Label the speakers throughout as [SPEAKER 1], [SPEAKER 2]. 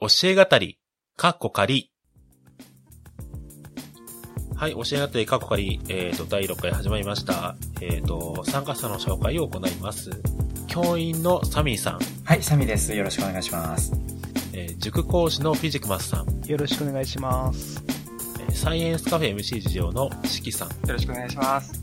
[SPEAKER 1] 教え語り、かっこ仮。はい、教え語り、かっこ仮、えっ、と、第6回始まりました。えっ、と、参加者の紹介を行います。教員のサミーさん、
[SPEAKER 2] はい、サミです。よろしくお願いします。
[SPEAKER 1] えー塾講師のフィジクマスさん、
[SPEAKER 3] よろしくお願いします。
[SPEAKER 1] えーサイエンスカフェ MC 事情のシキさん、
[SPEAKER 3] よろしくお願いします。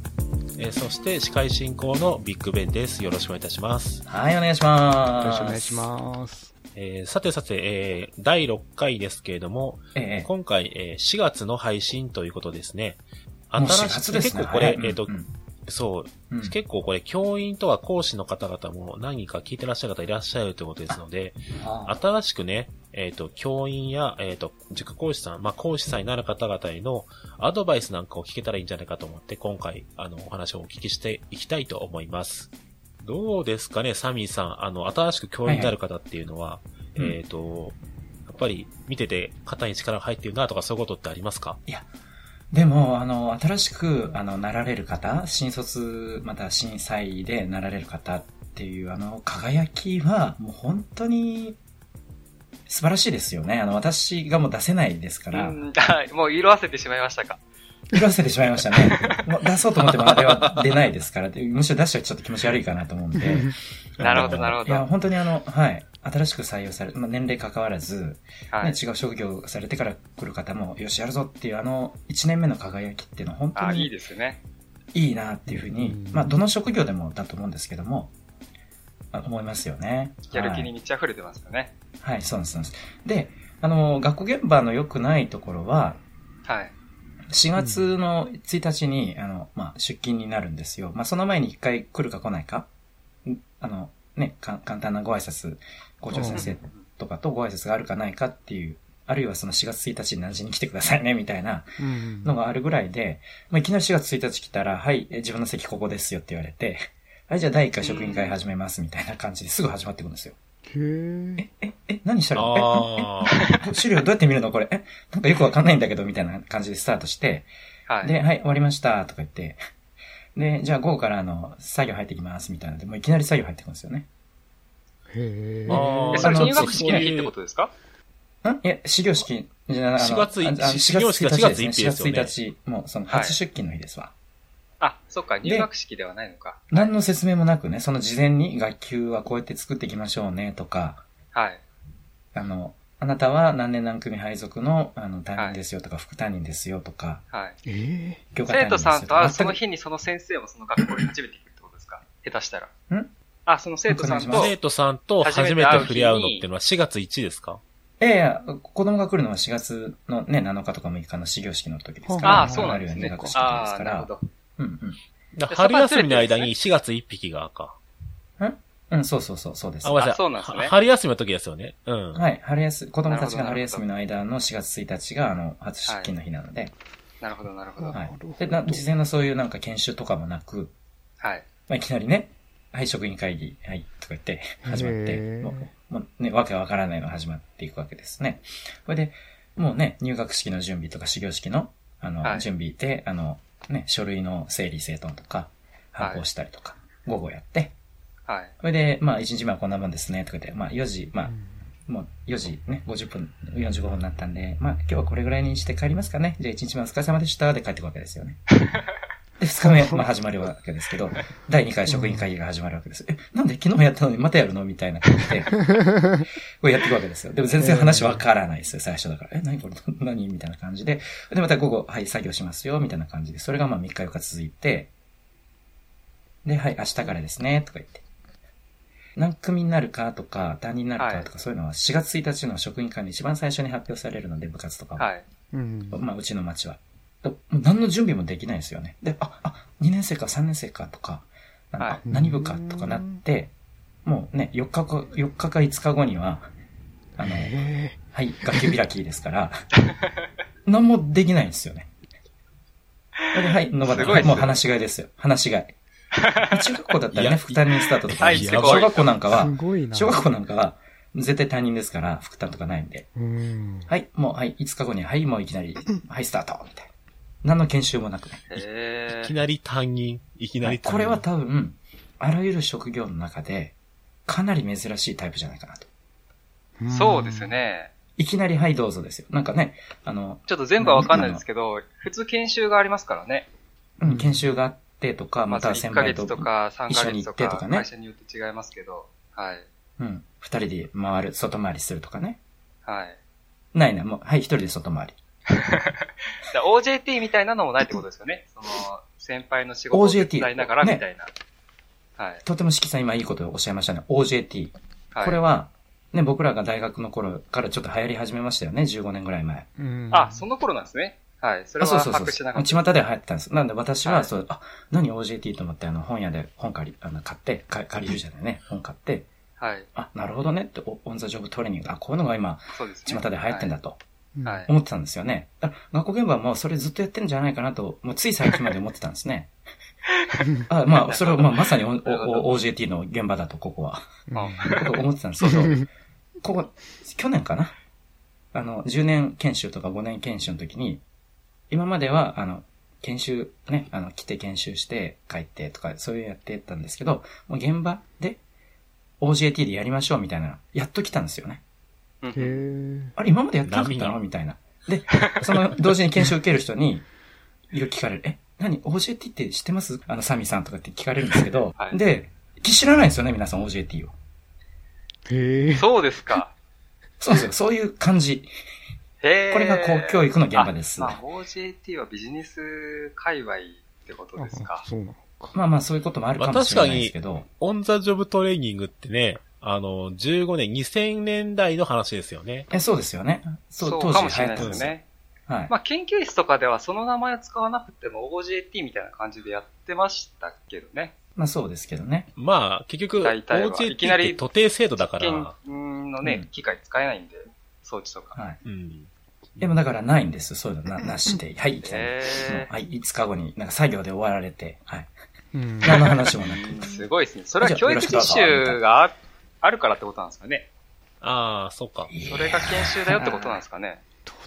[SPEAKER 1] えーそして司会進行のビッグベンです。よろしくお願いいたします。
[SPEAKER 2] はい、お願いします。
[SPEAKER 3] よろしくお願いします。
[SPEAKER 1] えーさてさて、えー第6回ですけれども、
[SPEAKER 2] す。ええ
[SPEAKER 1] 今回、えー4月の配信ということですね。
[SPEAKER 2] も
[SPEAKER 1] 新
[SPEAKER 2] う
[SPEAKER 1] しい
[SPEAKER 2] 4月ですね。
[SPEAKER 1] 結構これ、
[SPEAKER 2] はい
[SPEAKER 1] えっ、と、
[SPEAKER 2] うん
[SPEAKER 1] そう、
[SPEAKER 2] うん
[SPEAKER 1] 結構これ、教員とか講師の方々も何人か聞いてらっしゃる方いらっしゃるということですので、
[SPEAKER 2] あ
[SPEAKER 1] 新しくね、えっ、と、教員や、えっ、と、塾講師さん、まあ、講師さんになる方々へのアドバイスなんかを聞けたらいいんじゃないかと思って、今回、あの、お話をお聞きしていきたいと思います。どうですかね、サミーさん。あの、新しく教員になる方っていうのは、
[SPEAKER 2] はいはい
[SPEAKER 1] えっ、と、やっぱり見てて肩に力が入ってるなとかそういうことってありますか
[SPEAKER 2] でも、あの、新しく、あの、なられる方、新卒、また震災でなられる方っていう、あの、輝きは、もう本当に、素晴らしいですよね。あの、私がもう出せないですか
[SPEAKER 4] う
[SPEAKER 2] ら、
[SPEAKER 4] ん、はい。もう色あせてしまいましたか。
[SPEAKER 2] 色あせてしまいましたね。もう出そうと思ってもあれは出ないですから、でむしろ出しちゃちょっと気持ち悪いかなと思うんで。
[SPEAKER 4] なるほどなるほど
[SPEAKER 2] いや、本当にあの、はい。新しく採用され、まあ、年齢関わらず、
[SPEAKER 4] は
[SPEAKER 2] ね。
[SPEAKER 4] い
[SPEAKER 2] 違う職業をされてから来る方も、よし、やるぞっていう、あの、1年目の輝きっていうのは本当
[SPEAKER 4] あ、いい
[SPEAKER 2] に
[SPEAKER 4] ですね。
[SPEAKER 2] いいなっていうふうに、
[SPEAKER 3] うん
[SPEAKER 2] まあ、どの職業でもだと思うんですけども、まあ思いますよね。
[SPEAKER 4] やる気に
[SPEAKER 2] はい。
[SPEAKER 4] 満ち溢れてますよね。
[SPEAKER 2] はい、そうなんです、そうなんです。で、あの、学校現場の良くないところは、
[SPEAKER 4] はい。
[SPEAKER 2] 4月の1日に、あの、まあ、出勤になるんですよ。まあ、その前に一回来るか来ないか、んあの、ね、か簡単なご挨拶、校長先生とかとご挨拶があるかないかっていう、あるいはその4月1日に何時に来てくださいね、みたいな
[SPEAKER 3] うん
[SPEAKER 2] のがあるぐらいで、まあ、いきなり4月1日来たら、はい、え自分の席ここですよって言われて、はい、じゃあ第1回職員会始めます、みたいな感じですぐ始まっていくんですよ。
[SPEAKER 3] へえ。
[SPEAKER 2] え、え、何したらえ
[SPEAKER 1] あー
[SPEAKER 2] え、 資料どうやって見るのこれ。え、なんかよくわかんないんだけど、みたいな感じでスタートして、
[SPEAKER 4] はい。
[SPEAKER 2] で、はい、終わりました、とか言って。で、じゃあ午後からあの、作業入ってきます、みたいなので、もういきなり作業入ってくるんですよね。
[SPEAKER 3] へえ。
[SPEAKER 1] あ
[SPEAKER 4] え、
[SPEAKER 1] ー
[SPEAKER 4] それ
[SPEAKER 2] あの
[SPEAKER 4] 入学式の日ってことですか
[SPEAKER 2] んいや、始業式、じゃあ、あの
[SPEAKER 1] 4月い
[SPEAKER 2] ああ
[SPEAKER 1] 始業式が
[SPEAKER 2] 4月
[SPEAKER 1] 4日
[SPEAKER 2] 1日で
[SPEAKER 1] ですす
[SPEAKER 2] ね。
[SPEAKER 1] よ
[SPEAKER 2] 4
[SPEAKER 1] ね
[SPEAKER 2] 月1日、もうその初出勤の日ですわ。
[SPEAKER 4] あ、そっか、入学式ではないのか。
[SPEAKER 2] 何の説明もなくね、その事前に学級はこうやって作っていきましょうね、とか、
[SPEAKER 4] はい。
[SPEAKER 2] あの、あなたは何年何組配属の、あの、担任ですよとか、副担任ですよとか、
[SPEAKER 4] はい。
[SPEAKER 3] え
[SPEAKER 2] 教科担任で
[SPEAKER 4] 生徒
[SPEAKER 2] すよ
[SPEAKER 4] さんとは、そ
[SPEAKER 2] 全
[SPEAKER 4] の
[SPEAKER 2] く
[SPEAKER 4] 日にその先生もその学校に初めて行くってことですか下手したら。
[SPEAKER 2] ん
[SPEAKER 4] あ、その生徒さん
[SPEAKER 2] お願いし
[SPEAKER 4] と
[SPEAKER 2] ま
[SPEAKER 1] 生、徒さんと初めて触れ合うのっていうのは4月1ですか
[SPEAKER 2] ええいや、子供が来るのは4月のね、7日とか6日の始業式の時ですから。
[SPEAKER 4] あそうなんです
[SPEAKER 2] ある
[SPEAKER 4] ね
[SPEAKER 2] よ入学。式の時ですか
[SPEAKER 4] あーなる
[SPEAKER 2] ら
[SPEAKER 4] ほ。ど。
[SPEAKER 2] うん
[SPEAKER 1] だから春休みの間に4月1匹がか。
[SPEAKER 2] うん。うん、そうそうそう、そうです。
[SPEAKER 1] あ、ごめんなさい。
[SPEAKER 4] あそうなんですね
[SPEAKER 1] は春休みの時ですよね。うん。
[SPEAKER 2] はい、春休、子供たちが
[SPEAKER 4] な
[SPEAKER 2] 春
[SPEAKER 4] る
[SPEAKER 2] 休
[SPEAKER 4] ほど
[SPEAKER 2] みの間の4月1日が、あの、初出勤の日なので、
[SPEAKER 4] なるほど、なるほど。
[SPEAKER 2] は
[SPEAKER 3] はいい。
[SPEAKER 2] で、な事前のそういうなんか研修とかもなく、
[SPEAKER 4] はい。
[SPEAKER 2] まあ、いきなりね、はい、職員会議、はい、とか言って、始まって、
[SPEAKER 3] へー
[SPEAKER 2] もう、もうね、わけわからないのが始まっていくわけですね。これで、もうね、入学式の準備とか、始業式の、あの、
[SPEAKER 4] はい
[SPEAKER 2] 準備で、あの、ね、書類の整理整頓とか、
[SPEAKER 4] はい
[SPEAKER 2] 発行したりとか、午後やって、
[SPEAKER 4] はい。
[SPEAKER 2] それで、まあ、1日目はこんなもんですね、とか言って、まあ、4時、まあ
[SPEAKER 3] う、ん
[SPEAKER 2] もう4時ね、50分、45分になったんで、まあ今日はこれぐらいにして帰りますかね。じゃあ1日目お疲れ様でした。で帰ってくわけですよね。で、2日目、まあ始まるわけですけど、第2回職員会議が始まるわけです。え、なんで昨日やったのにまたやるのみたいな感じで、これやっていくわけですよ。でも全然話わからないですよ、最初だから。え、何これ、何みたいな感じで。で、また午後、はい、作業しますよ、みたいな感じで。それがまあ3日4日続いて、で、はい、明日からですね、とか言って。何組になるかとか、担任になるかとか、そういうのは4月1日の職員会の一番最初に発表されるので、部活とかは。
[SPEAKER 4] はい。
[SPEAKER 3] うん。
[SPEAKER 2] まあ、うちの町は。ともう何の準備もできないですよね。で、あ、あ、2年生か3年生かとか、なんか
[SPEAKER 4] はい
[SPEAKER 2] あ何部かとかなって、もうね、4日か、4日か5日後には、あの、
[SPEAKER 3] へえ。
[SPEAKER 2] はい、学級開きです から、何もできないんですよね。ではい、野
[SPEAKER 4] すご
[SPEAKER 2] 端
[SPEAKER 4] いです
[SPEAKER 2] もう
[SPEAKER 4] ね
[SPEAKER 2] 話し飼いですよ。話し飼 い。中学校だったら
[SPEAKER 1] いや
[SPEAKER 2] ね、副担任スタートとか、
[SPEAKER 4] はい
[SPEAKER 2] いや
[SPEAKER 4] すごい
[SPEAKER 2] 小学校なんかは
[SPEAKER 3] す、ごいな。
[SPEAKER 2] 小学校なんかは、絶対担任ですから、副担とかないんで。
[SPEAKER 3] うん。
[SPEAKER 2] はい、もう、はい、5日後に、はい、もういきなり、はい、スタートみたいな。何の研修もなくね。
[SPEAKER 4] へ
[SPEAKER 1] いき
[SPEAKER 4] ー
[SPEAKER 1] なり担任。いきなり担任。
[SPEAKER 2] これは多分、あらゆる職業の中で、かなり珍しいタイプじゃないかなと。
[SPEAKER 4] そうですよ。ね。
[SPEAKER 2] いきなりはいどうぞですよ。なんかね、あの、
[SPEAKER 4] ちょっと全部はわかんないですけど、普通研修がありますからね。
[SPEAKER 2] うん研修があってとか、ま
[SPEAKER 4] まず
[SPEAKER 2] た
[SPEAKER 4] 1
[SPEAKER 2] 先
[SPEAKER 4] ヶ
[SPEAKER 2] 輩
[SPEAKER 4] 月
[SPEAKER 2] と
[SPEAKER 4] と、か3ヶ
[SPEAKER 2] 一緒に
[SPEAKER 4] 月
[SPEAKER 2] 行
[SPEAKER 4] と
[SPEAKER 2] ってと
[SPEAKER 4] か、
[SPEAKER 2] かね
[SPEAKER 4] 会社によって違いますけど、はい。
[SPEAKER 2] うん、二人で回る、外回りするとかね。
[SPEAKER 4] はい。
[SPEAKER 2] ないな、もう、はい、一人で外回り。
[SPEAKER 4] だから OJT みたいなのもないってことですよ ね。その、先輩の仕事を手伝いながら
[SPEAKER 2] OJT
[SPEAKER 4] みたいな。はい。
[SPEAKER 2] とても四季さん今いいことをおっしゃいましたね。OJT。
[SPEAKER 4] はい。
[SPEAKER 2] これは、ね、僕らが大学の頃からちょっと流行り始めましたよね。15年ぐらい前。
[SPEAKER 3] うん
[SPEAKER 4] あ、その頃なんですね。はい。それは把握してなかった。
[SPEAKER 2] 巷では流行ってたんです。なんで私
[SPEAKER 4] は
[SPEAKER 2] は、
[SPEAKER 4] い
[SPEAKER 2] そう、あ、何 OJT と思って、あの、本屋で本借り、あの、買って、か借りるじゃないね。本買って、
[SPEAKER 4] はい。
[SPEAKER 2] あ、なるほどねって、オオンザジョブトレーニング。あ、こういうのが今、
[SPEAKER 4] そうですね。
[SPEAKER 2] 巷で流行ってんだと
[SPEAKER 3] うん
[SPEAKER 4] はい。はい。
[SPEAKER 2] 思ってたんですよね。だ学校現場はもうそれずっとやってんじゃないかなと、もうつい最近まで思ってたんです ね。あまあ、それはまあまさにお
[SPEAKER 4] なるほど
[SPEAKER 2] おお OJT の現場だと、ここは。
[SPEAKER 3] うん
[SPEAKER 2] ここ思ってたんですけど、ここ、去年かなあの、10年研修とか5年研修の時に、今までは、あの、研修、ね、あの、来て研修して帰ってとか、そういうのやってたんですけど、もう現場で OJT でやりましょうみたいな、やっと来たんですよね。
[SPEAKER 4] うん
[SPEAKER 3] へえ。
[SPEAKER 2] あれ、今までやってなかった
[SPEAKER 1] 波
[SPEAKER 2] の
[SPEAKER 1] が
[SPEAKER 2] みたいな。で、その、同時に研修受ける人に、いろいろ聞かれる。え、何 ?OJT って知ってますあの、サミさんとかって聞かれるんですけど、
[SPEAKER 4] はい
[SPEAKER 2] で、知らないんですよね、皆さん OJT を。
[SPEAKER 3] へえ。
[SPEAKER 4] そうですか。
[SPEAKER 2] そうなんですよ、そういう感じ。
[SPEAKER 4] へー
[SPEAKER 2] これが公教育の現場です
[SPEAKER 4] あまあ、OJT はビジネス界隈ってことです
[SPEAKER 3] あ
[SPEAKER 4] か。
[SPEAKER 3] そうなのか。
[SPEAKER 2] まあまあそういうこともあるかもしれないですけど、
[SPEAKER 1] オンザジョブトレーニングってね、あの、15年、2000年代の話ですよね。
[SPEAKER 2] えそうですよね。そう、
[SPEAKER 4] そう
[SPEAKER 2] 当
[SPEAKER 4] か
[SPEAKER 2] 時
[SPEAKER 4] もしれ
[SPEAKER 2] 流行っ
[SPEAKER 4] ない
[SPEAKER 2] たん
[SPEAKER 4] で
[SPEAKER 2] ですすよ。
[SPEAKER 4] ね。
[SPEAKER 2] はい。
[SPEAKER 4] まあ、研究室とかではその名前を使わなくても OJT みたいな感じでやってましたけどね。
[SPEAKER 2] まあそうですけどね。
[SPEAKER 1] まあ、結局、
[SPEAKER 4] 大体は
[SPEAKER 1] OJT
[SPEAKER 4] いきな
[SPEAKER 1] っ
[SPEAKER 4] り
[SPEAKER 1] て徒弟制度だか
[SPEAKER 4] 実
[SPEAKER 1] ら、
[SPEAKER 4] 験の
[SPEAKER 2] うん
[SPEAKER 4] ね、機械使えないんで、装置とか。
[SPEAKER 2] はい。
[SPEAKER 1] うん。
[SPEAKER 2] でもだからないんです。そういうのななしで。はい、いきなり。も
[SPEAKER 4] へ
[SPEAKER 2] うはい、5日後に、なんか作業で終わられて、はい。
[SPEAKER 3] うん。
[SPEAKER 2] 何の話もなく。
[SPEAKER 4] ーすごいですね。 それは教育実習がああるからってことなんですかね。
[SPEAKER 1] ああ、そうか。
[SPEAKER 4] それが研修だよってことなんですかね。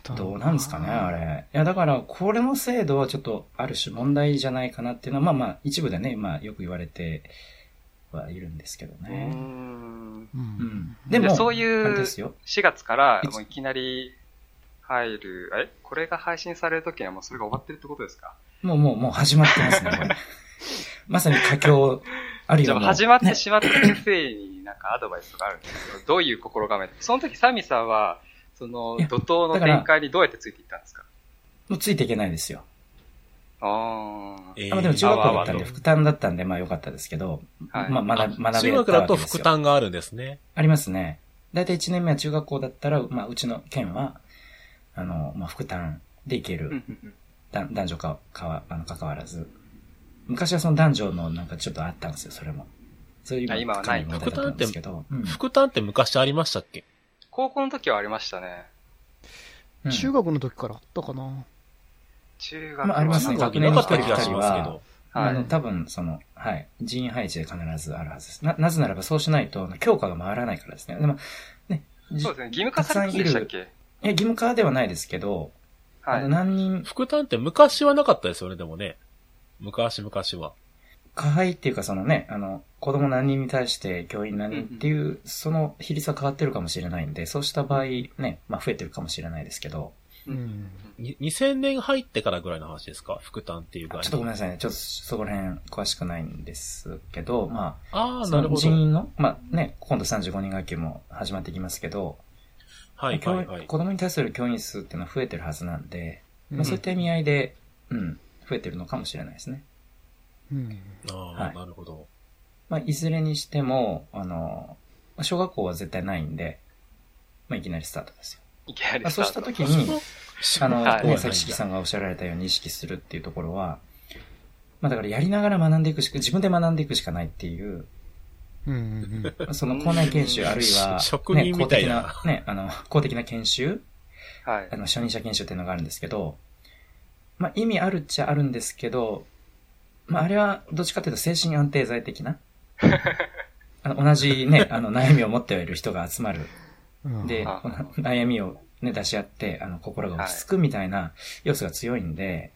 [SPEAKER 3] だろ
[SPEAKER 2] どうなんですかね、あ。れ。いや、だから、これの制度はちょっと、ある種問題じゃないかなっていうのは、まあまあ、一部でね、まあ、よく言われてはいるんですけど
[SPEAKER 4] うー
[SPEAKER 2] ね。
[SPEAKER 4] ん。
[SPEAKER 3] う。
[SPEAKER 2] うんん。でも、
[SPEAKER 4] そういう
[SPEAKER 2] あれですよ。
[SPEAKER 4] 4月からもういきなり入る、えこれが配信されるときにはもうそれが終わってるってことですか
[SPEAKER 2] もうもうもう始まってますね、 これ。まさに佳境、あるい
[SPEAKER 4] じゃ
[SPEAKER 2] は
[SPEAKER 4] あ
[SPEAKER 2] もう
[SPEAKER 4] 始まって
[SPEAKER 2] ね
[SPEAKER 4] しまった先生になんかアドバイスとかあるんですけど、どういう心構えその時サミさんは、その
[SPEAKER 2] いや
[SPEAKER 4] 怒涛の展開にどうやってついていったんですか
[SPEAKER 2] もうついていけないですよ。
[SPEAKER 4] ああ。
[SPEAKER 1] え
[SPEAKER 2] あまあでも中学校だったんで、
[SPEAKER 4] あ
[SPEAKER 2] 副担だったんで、まあ良かったですけど、
[SPEAKER 4] はい
[SPEAKER 2] まあ学べ、学べ
[SPEAKER 1] 中
[SPEAKER 2] た
[SPEAKER 1] 学
[SPEAKER 2] わけですよ
[SPEAKER 1] だと副担があるんですね。
[SPEAKER 2] ありますね。だいたい1年目は中学校だったら、まあうちの県は、あの、まあ副担でいけ
[SPEAKER 4] うんう
[SPEAKER 2] る。
[SPEAKER 4] んうん
[SPEAKER 2] だ男女か、かわ、あの、関わらず。昔はその男女のなんかちょっとあったんですよ、それも。そういう
[SPEAKER 4] あ今はない
[SPEAKER 2] 関係の問題だったんですけど。うん
[SPEAKER 1] 副担って昔ありましたっけ
[SPEAKER 4] 高校の時はありましたね。
[SPEAKER 2] うん
[SPEAKER 3] 中学の時からあったかな。
[SPEAKER 4] 中学
[SPEAKER 2] まああります
[SPEAKER 1] な
[SPEAKER 2] ね
[SPEAKER 1] ん
[SPEAKER 4] は
[SPEAKER 1] かなかった気がしますけど。
[SPEAKER 2] あの、多分、その、はい。人員配置で必ずあるはずです。な、なぜならばそうしないと、強化が回らないからですね。でも、ね、じ
[SPEAKER 4] そうですね。義務化されてましたっけ
[SPEAKER 2] いや、義務化ではないですけど、
[SPEAKER 4] は
[SPEAKER 2] あの
[SPEAKER 4] い。
[SPEAKER 2] 何人
[SPEAKER 1] 副担って昔はなかったですよね、でもね。昔昔は。
[SPEAKER 2] 加配っていうか、そのね、あの、子供何人に対して教員何人っていう、その比率は変わってるかもしれないんで、そうした場合、ね、まあ増えてるかもしれないですけど、
[SPEAKER 4] う
[SPEAKER 3] うん。
[SPEAKER 1] に2000年入ってからぐらいの話ですか副担っていう
[SPEAKER 2] あ
[SPEAKER 1] 概
[SPEAKER 2] ちょっとごめ
[SPEAKER 1] 念。
[SPEAKER 2] んなさいね、ちょっとそこら辺詳しくないんですけど、まあ、
[SPEAKER 1] ああ、
[SPEAKER 2] そ
[SPEAKER 1] なる
[SPEAKER 2] の
[SPEAKER 1] ほ
[SPEAKER 2] 人
[SPEAKER 1] ど。
[SPEAKER 2] 員の、まあね、今度35人学級も始まってきますけど、
[SPEAKER 1] はい
[SPEAKER 2] 教
[SPEAKER 1] はい
[SPEAKER 2] 員
[SPEAKER 1] はい。
[SPEAKER 2] 子供に対する教員数っていうのは増えてるはずなんで、まあそういった意味合いで、うん、増えてるのかもしれないですね。
[SPEAKER 3] うん。
[SPEAKER 1] あ
[SPEAKER 2] は
[SPEAKER 1] あ、
[SPEAKER 2] い
[SPEAKER 1] なるほど。
[SPEAKER 2] まあ、いずれにしても、あの、まあ小学校は絶対ないんで、まあ、いきなりスタートですよ。
[SPEAKER 4] いきな
[SPEAKER 2] まあ、
[SPEAKER 4] りス
[SPEAKER 2] そう
[SPEAKER 4] タ
[SPEAKER 2] し
[SPEAKER 4] ー
[SPEAKER 2] た
[SPEAKER 4] ト。
[SPEAKER 2] 時に、あの、
[SPEAKER 4] はい
[SPEAKER 2] ね、さっきしきさんがおっしゃられたように意識するっていうところは、まあ、だからやりながら学んでいくしか、自分で学んでいくしかないっていう、
[SPEAKER 3] うんうんうん。
[SPEAKER 2] まあその校内研修あるいは、
[SPEAKER 1] し職人みたいな
[SPEAKER 2] ね、公的な、ね、あの、公的な研修
[SPEAKER 4] はい
[SPEAKER 2] あ。の、初任者研修っていうのがあるんですけど、まあ、意味あるっちゃあるんですけど、まあ、あれは、どっちかというと精神安定剤的な。あの同じね、あの、悩みを持っている人が集まる。
[SPEAKER 3] うん
[SPEAKER 2] で、
[SPEAKER 4] あ
[SPEAKER 2] この悩みをね、出し合って、あの、心が落ち着くみたいな要素が強いんで、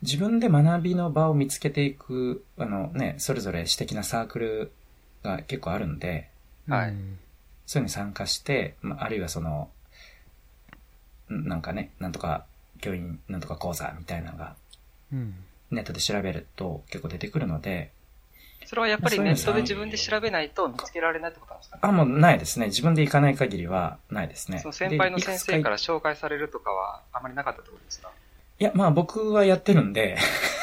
[SPEAKER 2] 自分で学びの場を見つけていく、あのね、それぞれ私的なサークルが結構あるんで、
[SPEAKER 4] はい
[SPEAKER 3] うん
[SPEAKER 2] そういうのに参加して、まあ、あるいはその、なんかね、なんとか教員、なんとか講座みたいなのが、
[SPEAKER 3] うん。
[SPEAKER 2] ネットで調べると結構出てくるので、
[SPEAKER 4] それはやっぱり
[SPEAKER 2] そう
[SPEAKER 4] ネ
[SPEAKER 2] いうの
[SPEAKER 4] ットで自分で調べないと見つけられないってことなんですかね。
[SPEAKER 2] あ、もうないですね。自分で行かない限りはないですね。
[SPEAKER 4] その先輩の
[SPEAKER 2] でいく
[SPEAKER 4] 先
[SPEAKER 2] つか
[SPEAKER 4] 生から紹介されるとかはあまりなかったってことです か
[SPEAKER 2] いや、まあ僕はやってるん で、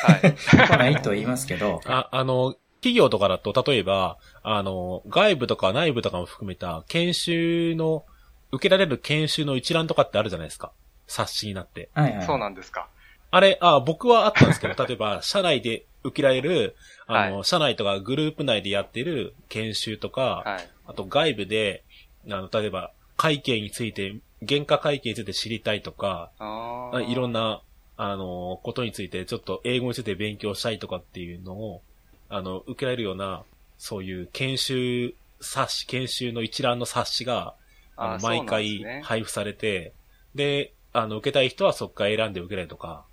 [SPEAKER 4] はい。
[SPEAKER 2] ないとは言いますけど、
[SPEAKER 1] あ、あの、企業とかだと、例えば、あの、外部とか内部とかも含めた、研修の、受けられる研修の一覧とかってあるじゃないですか。冊子になって。
[SPEAKER 2] はいはい。
[SPEAKER 4] そうなんですか。
[SPEAKER 1] あれ、あ、僕はあったんですけ ど、例えば、社内で受けられる、あの、
[SPEAKER 4] は
[SPEAKER 1] 社内とかグループ内でやってる研修とか、
[SPEAKER 4] はい。
[SPEAKER 1] あと外部で、あの、例えば、会計について、原価会計について知りたいとか、
[SPEAKER 4] あ
[SPEAKER 1] あいろん
[SPEAKER 4] な。
[SPEAKER 1] な、あの、ことについて、ちょっと英語について勉強したいとかっていうのを、あの、受けられるような、そういう研修冊子、研修の一覧の冊子が、あ
[SPEAKER 4] あ
[SPEAKER 1] の、毎回
[SPEAKER 4] そうなんですね
[SPEAKER 1] 配布されて、で、あの、受けたい人はそっから選んで受けられるとか、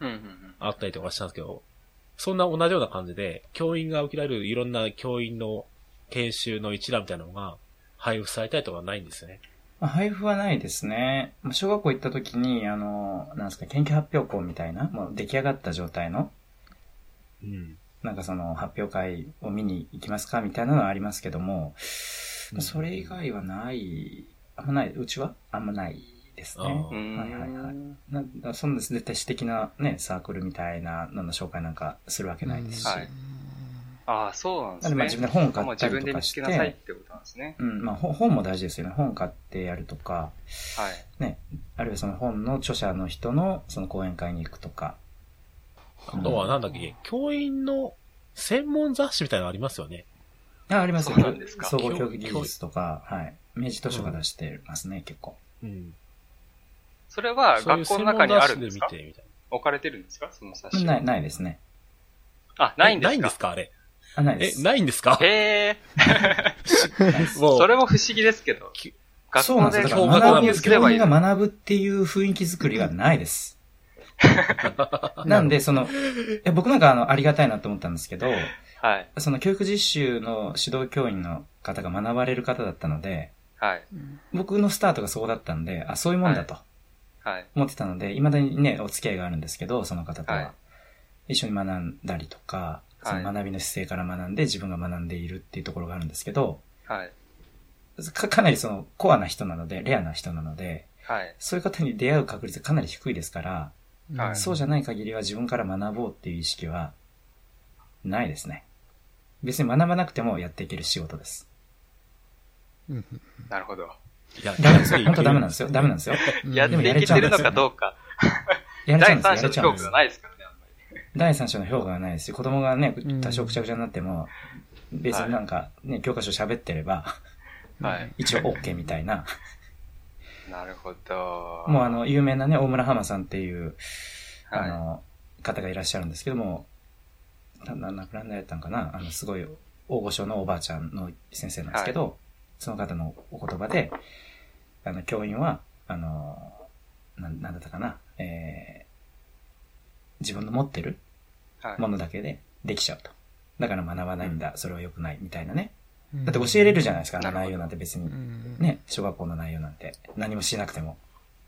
[SPEAKER 4] うんうんうん。
[SPEAKER 1] あったりとかしたんですけど、そんな同じような感じで、教員が受けられるいろんな教員の研修の一覧みたいなのが配布されたりとかないんですよね。
[SPEAKER 2] まあ配布はないですね。まあ小学校行った時に、あの、なんですか、研究発表校みたいな、もう出来上がった状態の、
[SPEAKER 1] うん。
[SPEAKER 2] なんかその発表会を見に行きますかみたいなのはありますけども、
[SPEAKER 1] うん
[SPEAKER 2] それ以外はない、あんまない、うちはあんまないですね。
[SPEAKER 1] あ
[SPEAKER 4] う
[SPEAKER 1] ー
[SPEAKER 4] ん
[SPEAKER 2] はいはいはい。なんだそうです。絶対私的なね、サークルみたいな、なんだ紹介なんかするわけないですし。
[SPEAKER 4] はいああ、そうなんで
[SPEAKER 2] な
[SPEAKER 4] す
[SPEAKER 2] んでまあ自分で
[SPEAKER 4] ね。
[SPEAKER 2] 本を買
[SPEAKER 4] もう
[SPEAKER 2] っ
[SPEAKER 4] 自
[SPEAKER 2] た
[SPEAKER 4] 分
[SPEAKER 2] り
[SPEAKER 4] で
[SPEAKER 2] と
[SPEAKER 4] 見
[SPEAKER 2] か
[SPEAKER 4] つ
[SPEAKER 2] し、
[SPEAKER 4] けなさいっててことなんですね。
[SPEAKER 2] うん、まあほ本も大事ですよね。本買ってやるとか、
[SPEAKER 4] はい。
[SPEAKER 2] ね、あるいはその本の著者の人のその講演会に行くとか。
[SPEAKER 1] あとはなんだっけ、教員の専門雑誌みたいなのありますよね。
[SPEAKER 2] あ、ありますよ
[SPEAKER 4] そうなんですか
[SPEAKER 2] 総合教育技術とか、はい。明治図書が出してますね、結構。
[SPEAKER 1] うん。
[SPEAKER 4] それは
[SPEAKER 1] そういう
[SPEAKER 4] 学校
[SPEAKER 1] 専
[SPEAKER 4] の
[SPEAKER 1] 門
[SPEAKER 4] 中にあ
[SPEAKER 1] 雑
[SPEAKER 4] る
[SPEAKER 1] 誌
[SPEAKER 4] ん
[SPEAKER 1] で見
[SPEAKER 4] ですか
[SPEAKER 1] て、みたい
[SPEAKER 4] 置かれてるんですかその冊子。
[SPEAKER 2] ない、ないですね。
[SPEAKER 4] あ、
[SPEAKER 1] な。
[SPEAKER 4] ないんですか
[SPEAKER 1] ないんですかあれ。
[SPEAKER 2] あ、ないで
[SPEAKER 1] え、
[SPEAKER 2] す。
[SPEAKER 1] ないんですか
[SPEAKER 4] へえ。
[SPEAKER 1] もう
[SPEAKER 4] それも不思議ですけど
[SPEAKER 1] き。
[SPEAKER 4] 学
[SPEAKER 2] そうな
[SPEAKER 4] 校
[SPEAKER 2] んで
[SPEAKER 4] です
[SPEAKER 2] よ。
[SPEAKER 1] 教
[SPEAKER 2] だ
[SPEAKER 1] 科
[SPEAKER 2] から
[SPEAKER 1] 書
[SPEAKER 2] 学
[SPEAKER 1] なん
[SPEAKER 2] び
[SPEAKER 1] で
[SPEAKER 2] を、
[SPEAKER 1] す
[SPEAKER 4] けれ
[SPEAKER 2] 教
[SPEAKER 4] ばい
[SPEAKER 2] 員
[SPEAKER 4] い
[SPEAKER 2] が。学ぶっていう雰囲気作りがないです。なんで、その、いや僕なんかあの、ありがたいなと思ったんですけど、
[SPEAKER 4] はい。
[SPEAKER 2] その教育実習の指導教員の方が学ばれる方だったので、
[SPEAKER 4] はい。
[SPEAKER 2] 僕のスタートがそうだったんで、あ、そういうもんだと
[SPEAKER 4] はい。
[SPEAKER 2] 思ってたので、未だにね、お付き合いがあるんですけど、その方とは。
[SPEAKER 4] はい
[SPEAKER 2] 一緒に学んだりとか、そ
[SPEAKER 4] はい
[SPEAKER 2] の学びの姿勢から学んで自分が学んでいるっていうところがあるんですけど、
[SPEAKER 4] はい。
[SPEAKER 2] かかなりそのコアな人なので、レアな人なので、
[SPEAKER 4] はい。
[SPEAKER 2] そういう方に出会う確率がかなり低いですから、
[SPEAKER 4] はい
[SPEAKER 2] そうじゃ
[SPEAKER 3] い。
[SPEAKER 2] ない限りは自分から学ぼうっていう意識はないですね。別に学ばなくてもやっていける仕事です。
[SPEAKER 3] うん
[SPEAKER 4] なるほど。
[SPEAKER 1] いや、
[SPEAKER 2] ダメで
[SPEAKER 1] や
[SPEAKER 2] す
[SPEAKER 1] っていける
[SPEAKER 2] よ。本当ダメなんですよ。ダメなんですよ。
[SPEAKER 3] うん
[SPEAKER 4] やっ
[SPEAKER 2] でも
[SPEAKER 4] て
[SPEAKER 2] や
[SPEAKER 4] い
[SPEAKER 2] れ
[SPEAKER 4] け
[SPEAKER 2] ちゃう
[SPEAKER 4] て
[SPEAKER 2] ん
[SPEAKER 4] る
[SPEAKER 2] で
[SPEAKER 4] の
[SPEAKER 2] すよ
[SPEAKER 4] かどうか。
[SPEAKER 2] やれちゃうん
[SPEAKER 4] 第
[SPEAKER 2] ですよ。やれ
[SPEAKER 4] 三者の
[SPEAKER 2] ちゃう
[SPEAKER 4] 評
[SPEAKER 2] んで
[SPEAKER 4] 価
[SPEAKER 2] す
[SPEAKER 4] が
[SPEAKER 2] よ。
[SPEAKER 4] ないですからね、あんまり。
[SPEAKER 2] 第三者の評価がないですし、子供がね
[SPEAKER 3] う、ん
[SPEAKER 2] 多少くちゃくちゃになっても、別になんかね、教科書喋ってれば、
[SPEAKER 4] はい。
[SPEAKER 2] 一応 OK みたいな。
[SPEAKER 4] なるほど。
[SPEAKER 2] もうあの、有名なね、大村浜さんっていう、あ
[SPEAKER 4] はい、
[SPEAKER 2] の、方がいらっしゃるんですけども、な、な、亡くなられたんかなあの、すごい大御所のおばあちゃんの先生なんですけど、その方のお言葉で、あの、教員は、あの、なん、なんだったかなえー、自分の持ってる
[SPEAKER 4] はい。
[SPEAKER 2] ものだけでできちゃうと。だから学ばないんだ、それは良くない、みたいなね。だって教えれるじゃないですか、あの
[SPEAKER 4] なるほど
[SPEAKER 2] 内容なんて別に
[SPEAKER 3] う。ん。
[SPEAKER 2] ね、小学校の内容なんて、何もしなくても。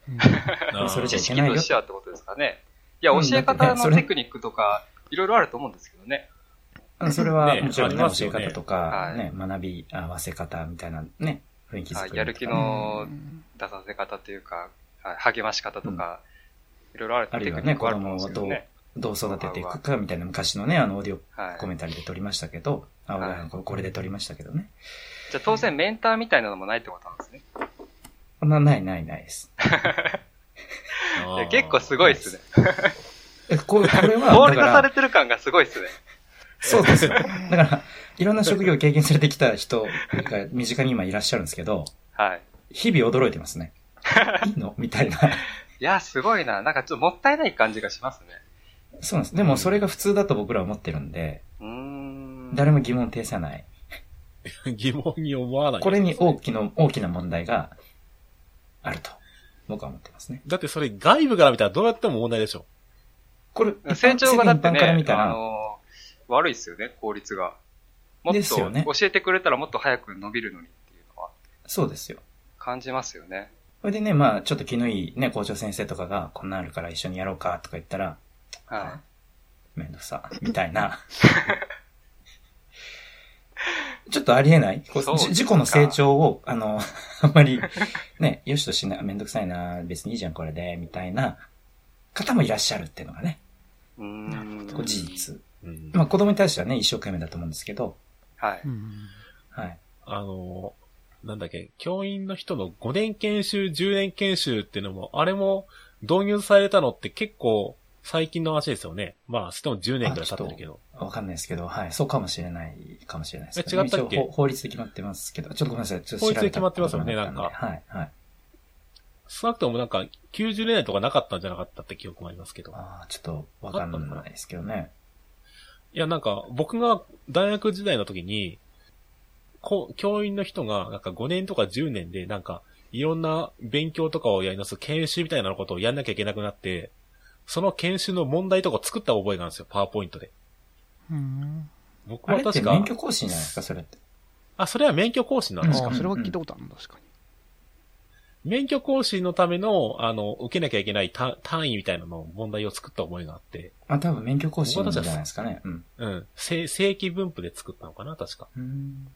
[SPEAKER 3] うん。
[SPEAKER 1] あー
[SPEAKER 2] それじゃい
[SPEAKER 4] 知
[SPEAKER 2] け
[SPEAKER 4] 識
[SPEAKER 2] ないよ
[SPEAKER 4] としてはってことですかね。いや、
[SPEAKER 2] う
[SPEAKER 4] 教
[SPEAKER 2] ん
[SPEAKER 4] え
[SPEAKER 2] だ
[SPEAKER 4] 方
[SPEAKER 2] ってねそ
[SPEAKER 4] の
[SPEAKER 2] れ
[SPEAKER 4] テクニックとか、いろいろあると思うんですけどね。
[SPEAKER 2] うんそれは
[SPEAKER 1] ね
[SPEAKER 2] もちろん、ね
[SPEAKER 1] あります
[SPEAKER 2] 教
[SPEAKER 1] よ
[SPEAKER 2] え
[SPEAKER 1] ね
[SPEAKER 2] 方とか、
[SPEAKER 4] はい
[SPEAKER 2] ね、学び合わせ方みたいなね、雰囲気作りと
[SPEAKER 4] はい
[SPEAKER 2] か、
[SPEAKER 4] やる気の出させ方というか、はい励まし方とか、いろいろある
[SPEAKER 2] ある
[SPEAKER 4] テ
[SPEAKER 2] いは
[SPEAKER 4] クニ
[SPEAKER 2] ね、
[SPEAKER 4] ックは
[SPEAKER 2] 子
[SPEAKER 4] あると思う
[SPEAKER 2] 供をどう
[SPEAKER 4] んですけどね。、
[SPEAKER 2] どう育てていくかみたいな昔のね、あの、オーディオ
[SPEAKER 4] はい。
[SPEAKER 2] コメンタリーで撮りましたけど、あ、俺はこれで撮りましたけどね。
[SPEAKER 4] じゃあ当然メンターみたいなのもないってことなんですね。
[SPEAKER 2] こんな、ないないないです。
[SPEAKER 1] あ
[SPEAKER 4] い
[SPEAKER 1] ー
[SPEAKER 4] や結構すごいっすね。
[SPEAKER 2] え、 これ、これは、
[SPEAKER 4] ホー
[SPEAKER 2] だ
[SPEAKER 4] ルド
[SPEAKER 2] か
[SPEAKER 4] され
[SPEAKER 2] ら、
[SPEAKER 4] てる感がすごいっすね。
[SPEAKER 2] そうですよ。だから、いろんな職業を経験されてきた人が身近に今いらっしゃるんですけど、
[SPEAKER 4] はい。
[SPEAKER 2] 日々驚いてます ね。いいのみたいな。
[SPEAKER 4] いや、すごいな。なんかちょっともったいない感じがしますね。
[SPEAKER 2] そうなんです。でも、それが普通だと僕らは思ってるんで、
[SPEAKER 4] うーん。
[SPEAKER 2] 誰も疑問を呈さない。
[SPEAKER 1] 疑問に思わない。
[SPEAKER 2] これに大きな、大きな問題があると、僕は思ってますね。
[SPEAKER 1] だってそれ外部から見たらどうやっても問題でしょ。
[SPEAKER 2] これ、
[SPEAKER 4] 成長がだって
[SPEAKER 2] 一般から
[SPEAKER 4] ね
[SPEAKER 2] 見、た
[SPEAKER 4] あ
[SPEAKER 2] ら、
[SPEAKER 4] のー、悪いっすよね、効率が。もっ
[SPEAKER 2] ですよね
[SPEAKER 4] と教えてくれたらもっと早く伸びるのにっていうのは
[SPEAKER 2] そうですよ。
[SPEAKER 4] 感じますよね。
[SPEAKER 2] それでね、まあ、ちょっと気のいいね、校長先生とかが、こんなんあるから一緒にやろうか、とか言ったら、
[SPEAKER 4] は
[SPEAKER 2] めんどくさ、みたいな。 ちょっとありえないこう
[SPEAKER 4] そうですか
[SPEAKER 2] じ自己の成長を、あの、 あんまり、ね、よしとしない、めんどくさいな、別にいいじゃん、これで、みたいな方もいらっしゃるっていうのがね、
[SPEAKER 4] い。うーん。
[SPEAKER 2] こう事実。
[SPEAKER 1] うん
[SPEAKER 2] まあ、子供に対してはね、一生懸命だと思うんですけど、
[SPEAKER 4] はい。
[SPEAKER 2] はい。
[SPEAKER 1] あの、なんだっけ、教員の人の5年研修、10年研修っていうのも、あれも導入されたのって結構最近の話ですよね。まあ、しても10年くらい経ってるけど。
[SPEAKER 2] わかんないですけど、はい。そうかもしれない、かもしれないです
[SPEAKER 1] え
[SPEAKER 2] けど、
[SPEAKER 1] 違ったっけ
[SPEAKER 2] 一応法法律で決まってますけど、ちょっとごめんなさい。ちょっと調べた
[SPEAKER 1] 法律で決まってますよね
[SPEAKER 2] ことがった
[SPEAKER 1] なん
[SPEAKER 2] で
[SPEAKER 1] か
[SPEAKER 2] はい、はい。
[SPEAKER 1] 少なくともなんか90年代とかなかったんじゃなかったって記憶もありますけど。
[SPEAKER 2] ああ、ちょっとわかんないですけどね。
[SPEAKER 1] いや、なんか僕が大学時代の時に、こう教員の人がなんか5年とか10年でなんかいろんな勉強とかをやりなす研修みたいなことをやんなきゃいけなくなって、その研修の問題とかを作った覚えがあるんですよ、パワーポイントで。
[SPEAKER 3] うん。
[SPEAKER 1] 僕
[SPEAKER 2] あ
[SPEAKER 1] は
[SPEAKER 2] れって
[SPEAKER 1] 確か。
[SPEAKER 2] 免許講師じゃないですか、それって。
[SPEAKER 1] あ、それは免許更新なんです
[SPEAKER 3] 確
[SPEAKER 1] か、
[SPEAKER 3] かに、それは聞いたことあるな、確かに。
[SPEAKER 1] 免許更新のための、あの、受けなきゃいけない単単位みたいなのの問題を作った思いがあって、
[SPEAKER 2] まあ多分免許更新じゃないですかね。うん
[SPEAKER 1] うん。正正規分布で作ったのかな確か。
[SPEAKER 2] うん。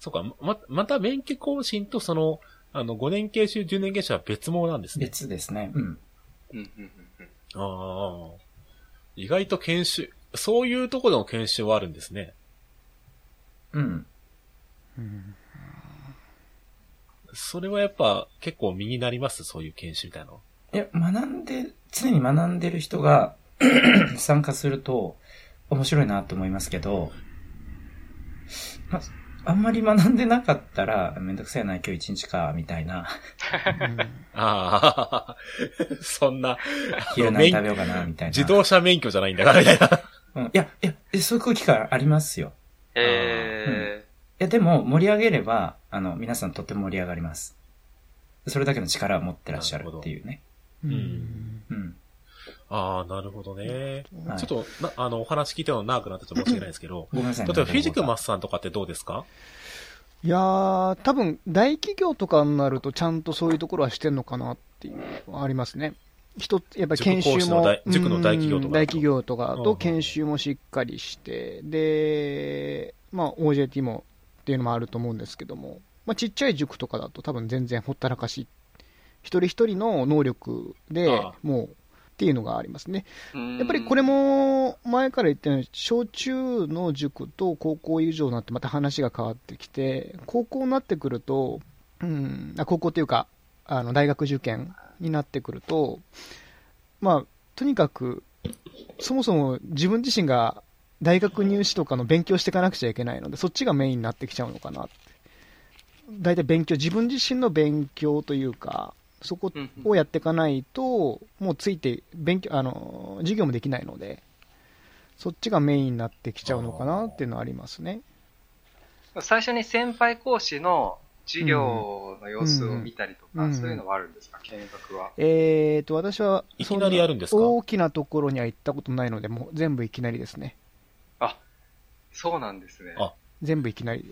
[SPEAKER 1] そうか、ま、また免許更新とその、あの、5年研修、10年研修は別物なんですね。
[SPEAKER 2] 別ですね。うん。
[SPEAKER 4] うんうんうんうん。
[SPEAKER 1] ああ。意外と研修、そういうところの研修はあるんですね。
[SPEAKER 2] うん。
[SPEAKER 3] うん。
[SPEAKER 1] それはやっぱ結構身になりますそういう研修みたいなの。
[SPEAKER 2] いや、学んで、常に学んでる人が 参加すると面白いなと思いますけど、ま、あんまり学んでなかったら、めんどくさいな、今日一日か、みたいな、
[SPEAKER 1] ああ。 そんな、
[SPEAKER 2] 昼
[SPEAKER 1] メイ
[SPEAKER 2] 何
[SPEAKER 1] ン
[SPEAKER 2] 食べようかな、みたいな。
[SPEAKER 1] 自動車免許じゃないんだから、みたいな。
[SPEAKER 2] うん、いや、いや、えそういう空気感ありますよ。
[SPEAKER 4] え
[SPEAKER 2] いや、でも、盛り上げれば、あの、皆さんとっても盛り上がります。それだけの力を持ってらっしゃるっていうね。
[SPEAKER 3] うんん。
[SPEAKER 2] うん。
[SPEAKER 1] ああ、なるほどね。
[SPEAKER 2] はい、
[SPEAKER 1] ちょっと、なあの、お話聞いてるの長くなってちょっと申し訳ないですけど
[SPEAKER 2] ごめんなさい、
[SPEAKER 1] 例え
[SPEAKER 2] ね。
[SPEAKER 1] ばフィジクマ
[SPEAKER 2] ス。
[SPEAKER 1] スさんとかってどうですか
[SPEAKER 3] いやー、多分、大企業とかになると、ちゃんとそういうところはしてんのかなっていうのはありますね。一つ、やっぱり研修
[SPEAKER 1] 塾講師の
[SPEAKER 3] も
[SPEAKER 1] 大、塾の大企業とかだと
[SPEAKER 3] うん大企業とか
[SPEAKER 1] うんうんう
[SPEAKER 3] と
[SPEAKER 1] ん
[SPEAKER 3] 研修もしっかりして、で、まあ、OJT もっていうのもあると思うんですけども、まあ、ちっちゃい塾とかだと多分全然ほったらかし、一人一人の能力で
[SPEAKER 1] ああ、
[SPEAKER 3] もう、っていうのがありますね。
[SPEAKER 4] ー
[SPEAKER 3] やっぱりこれ、も前から言ってるように小中の塾と高校以上になってまた話が変わってきて高校になってくると、うん、あ高校というかあの大学受験になってくると、まあ、とにかくそもそも自分自身が大学入試とかの勉強していかなくちゃいけないのでそっちがメインになってきちゃうのかなって大体勉強自分自身の勉強というかそこ
[SPEAKER 4] うんうん
[SPEAKER 3] をやっていかないと、もうついて勉強あの授業もできないので、そっちがメインになってきちゃうのかなっていうのはありますね。
[SPEAKER 4] 最初に先輩講師の授業の様子を見たりと
[SPEAKER 3] う
[SPEAKER 4] か、
[SPEAKER 3] ん
[SPEAKER 4] そういうのはあるんですか見学は。
[SPEAKER 3] えー、と私はい
[SPEAKER 1] き
[SPEAKER 3] そん
[SPEAKER 1] な
[SPEAKER 3] な
[SPEAKER 1] りやるんですか
[SPEAKER 3] 大きなところには行ったことないので、もう全部いきなりですね、
[SPEAKER 4] そうなんですね。
[SPEAKER 1] あ
[SPEAKER 3] 全部いきなりで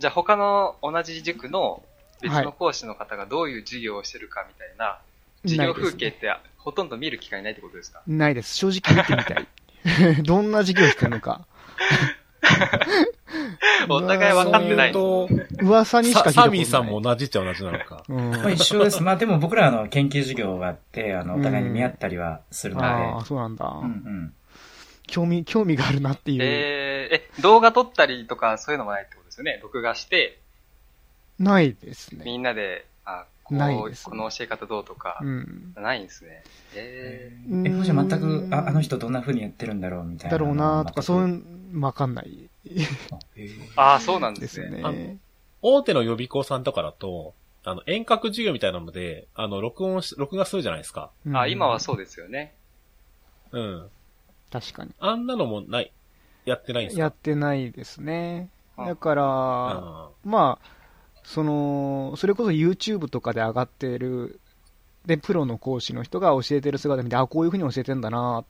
[SPEAKER 4] じゃあ他の同じ塾の別の講師の方がどういう授業をしてるかみたいな、授業風景ってほとんど見る機会ないってことですか
[SPEAKER 3] ないです、正直見てみたい、 どんな授業してるのか、
[SPEAKER 4] お互い分かってない。
[SPEAKER 1] そうういう
[SPEAKER 3] 噂にしか
[SPEAKER 1] と、
[SPEAKER 3] 聞
[SPEAKER 1] サ
[SPEAKER 3] いた
[SPEAKER 1] サ
[SPEAKER 3] ことな
[SPEAKER 1] ミ
[SPEAKER 3] い
[SPEAKER 1] ーさんも同じっちゃ同じなのか。
[SPEAKER 3] うん、
[SPEAKER 2] まあ一緒です。まあでも僕らあの研究授業があって、あの、お互いに見合ったりはするので。
[SPEAKER 3] ああ、そうなんだ、
[SPEAKER 2] うんうん。
[SPEAKER 3] 興味、興味があるなっていう、
[SPEAKER 4] えーえ、動画撮ったりとかそういうのもないってことですよね。録画して、
[SPEAKER 3] ないですね、
[SPEAKER 4] みんなで、あ、こう、
[SPEAKER 3] ないですね
[SPEAKER 4] この教え方どうとか
[SPEAKER 3] う、ん、
[SPEAKER 4] ないんですね。えー
[SPEAKER 3] うん
[SPEAKER 2] え、ほじゃ全く、ああの人どんな風にやってるんだろうみたいな。
[SPEAKER 3] だろうなとか、そういうのわかんない
[SPEAKER 2] いう。
[SPEAKER 4] ああ、そうなんで
[SPEAKER 3] ですすよ
[SPEAKER 4] ね。
[SPEAKER 1] あ
[SPEAKER 3] ね。
[SPEAKER 1] 大手の予備校さんとかだと、あの、遠隔授業みたいなので、あの、録音し、録画するじゃないですか。
[SPEAKER 3] うん
[SPEAKER 4] あ今はそうですよね。
[SPEAKER 1] うん。
[SPEAKER 3] 確かに。
[SPEAKER 1] あんなのもない、やってないんですか
[SPEAKER 3] やってないですね。
[SPEAKER 4] あ
[SPEAKER 3] だから、
[SPEAKER 1] あ
[SPEAKER 3] まあ、その、それこそ YouTube とかで上がってる、で、プロの講師の人が教えてる姿見て、あ、こういうふうに教えてんだな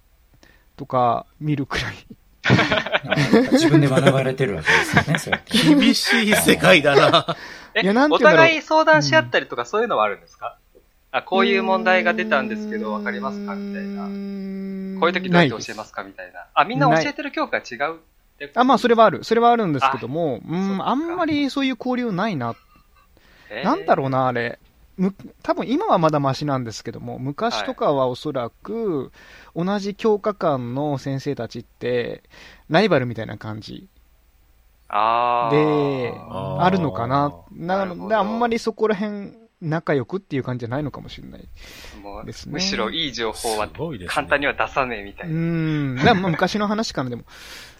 [SPEAKER 3] とか、見るくらい。
[SPEAKER 2] 自分で学ばれてるわけですよ ね、そうやって。
[SPEAKER 1] 厳しい世界だ な。
[SPEAKER 4] え
[SPEAKER 3] いやなんて言
[SPEAKER 4] お
[SPEAKER 3] うんだろう
[SPEAKER 4] 互い相談し合ったりとかそういうのはあるんですか、あ、こういう問題が出たんですけど、わかりますかみたいな。こういう時どうやって教えますすかみたいな。あ、みんな教えてる教科違うって
[SPEAKER 3] あ、まあ、それはある。それはあるんですけども、う
[SPEAKER 4] そっ
[SPEAKER 3] ん、
[SPEAKER 4] か
[SPEAKER 3] あんまりそういう交流ないな。
[SPEAKER 4] えー
[SPEAKER 3] なんだろうな、あれ。む多分今はまだマシなんですけども、昔とかはおそらく、同じ教科間の先生たちって、ライバルみたいな感じ
[SPEAKER 4] あー
[SPEAKER 3] で
[SPEAKER 1] あー
[SPEAKER 3] あるのかな。な
[SPEAKER 4] なるほ
[SPEAKER 3] の
[SPEAKER 4] ど
[SPEAKER 3] で、あんまりそこら辺、仲良くっていう感じじゃないのかもしれない。
[SPEAKER 4] もう
[SPEAKER 3] ですね
[SPEAKER 4] むしろいい情報は
[SPEAKER 1] すごいですね
[SPEAKER 4] 簡単には出さねえみ
[SPEAKER 3] う
[SPEAKER 4] たいな。
[SPEAKER 3] ん。だからまあ昔の話かな、で も。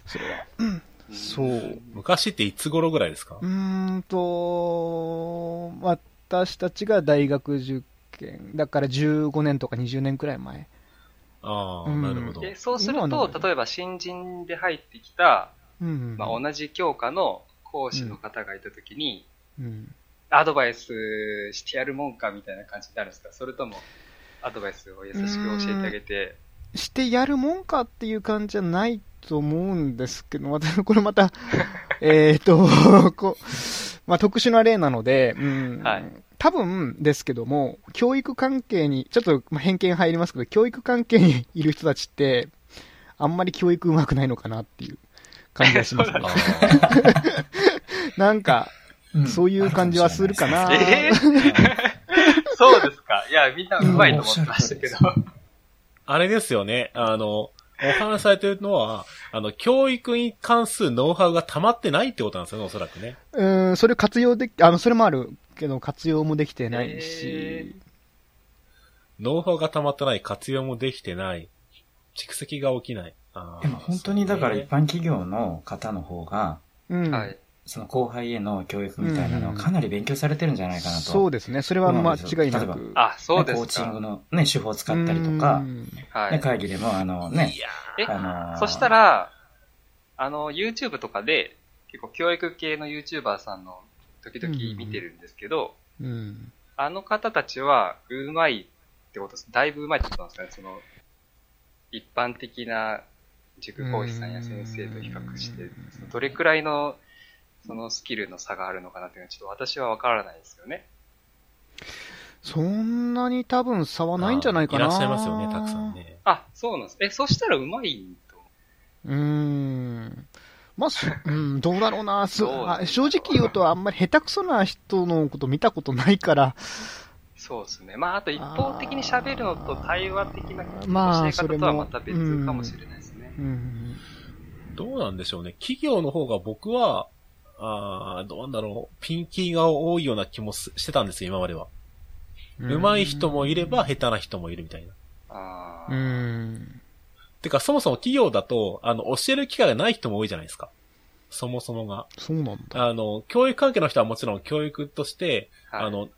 [SPEAKER 3] それは。
[SPEAKER 4] うん
[SPEAKER 3] そう。
[SPEAKER 1] 昔っていつ頃ぐらいですか
[SPEAKER 3] うーんと、私たちが大学受験、だから15年とか20年くらい前。
[SPEAKER 1] ああ、
[SPEAKER 3] うん
[SPEAKER 1] なるほど。
[SPEAKER 4] えそうする
[SPEAKER 3] 今は
[SPEAKER 4] と
[SPEAKER 3] なん、か
[SPEAKER 4] 例えば新人で入ってきた、
[SPEAKER 3] うん。
[SPEAKER 4] まあ、同じ教科の講師の方がいたときに、
[SPEAKER 3] うん
[SPEAKER 4] アドバイスしてやるもんかみたいな感じになるんですかそれとも、アドバイスを優しく教えてあげて、
[SPEAKER 3] してやるもんかっていう感じじゃないと思うんですけど、また、 これま た、えっと、 こまあ、特殊な例なので、うん。
[SPEAKER 4] はい
[SPEAKER 3] 多分ですけども、教育関係に、ちょっとまあ偏見入りますけど、教育関係にいる人たちって、あんまり教育うまくないのかなっていう感じがし ますね
[SPEAKER 1] あ。ー
[SPEAKER 3] なんか、
[SPEAKER 2] うん
[SPEAKER 3] そういう感じはするかな。
[SPEAKER 4] ええ そうですかいや、みんなうまいと思ってましたけど。
[SPEAKER 1] あれですよね。あの、お話しされてるのは、あの、教育に関するノウハウが溜まってないってことなんですよね、おそらくね。
[SPEAKER 3] うーん、それ活用でき、あの、それもあるけど、活用もできてないし
[SPEAKER 4] え、
[SPEAKER 1] ノウハウが溜まってない、活用もできてない、蓄積が起きない。あー
[SPEAKER 2] でも本当にだから
[SPEAKER 1] そう
[SPEAKER 2] 一
[SPEAKER 1] ね
[SPEAKER 2] 般企業の方の方が、
[SPEAKER 3] うん、
[SPEAKER 4] はい。
[SPEAKER 2] その後輩への教育みたいなのをかなり勉強されてるんじゃないかなと。
[SPEAKER 3] そうですね、それは間違いな
[SPEAKER 2] 例えば
[SPEAKER 3] く。
[SPEAKER 4] あ、そうで
[SPEAKER 2] ねコー
[SPEAKER 4] す
[SPEAKER 2] チング
[SPEAKER 4] か。
[SPEAKER 2] のね、手法を使ったりとか
[SPEAKER 3] う、ん
[SPEAKER 4] は
[SPEAKER 2] ね、
[SPEAKER 4] い。
[SPEAKER 2] 会議でもあのね
[SPEAKER 1] い、や
[SPEAKER 4] え
[SPEAKER 2] あのー
[SPEAKER 4] そした、ら、あの、YouTube とかで、結構教育系の YouTuber さんの時々見てるんですけど、
[SPEAKER 3] うん。
[SPEAKER 4] あの方たちは、うまいってことです。だいぶうまいってことなんですかね。その、一般的な塾講師さんや先生と比較して
[SPEAKER 3] うん、
[SPEAKER 4] そのどれくらいの、そのスキルの差があるのかなっていうのは、ちょっと私はわからないですよね。
[SPEAKER 3] そんなに多分差はないんじゃないかな。
[SPEAKER 1] いらっしゃいますよね、たくさん。ね。
[SPEAKER 4] あ、そうなんです。え、そしたらうまいと
[SPEAKER 3] う
[SPEAKER 4] 思
[SPEAKER 3] ーん。まあ、そうん、どうだろうな。そう
[SPEAKER 4] どう
[SPEAKER 3] あ正直言うと、あんまり下手くそな人のこと見たことないから、
[SPEAKER 4] う。そうですね。まあ、あと一方的に喋るのと対話的な
[SPEAKER 3] あーま
[SPEAKER 4] 教
[SPEAKER 3] あ
[SPEAKER 4] え
[SPEAKER 3] それも
[SPEAKER 4] 方とはまた別かもしれないですね。
[SPEAKER 3] うん。
[SPEAKER 1] どうなんでしょうね。企業の方が僕は、ああ、どうなんだろう。ピンキーが多いような気もすしてたんですよ、今までは。上手い人もいれば、下手な人もいるみたいな。
[SPEAKER 4] あ
[SPEAKER 3] う
[SPEAKER 4] ー
[SPEAKER 3] ん。
[SPEAKER 1] てか、そもそも企業だと、あの、教える機会がない人も多いじゃないですか。そもそもが。
[SPEAKER 3] そうなんだ。
[SPEAKER 1] あの、教育関係の人はもちろん教育として、
[SPEAKER 4] はい、
[SPEAKER 1] あの、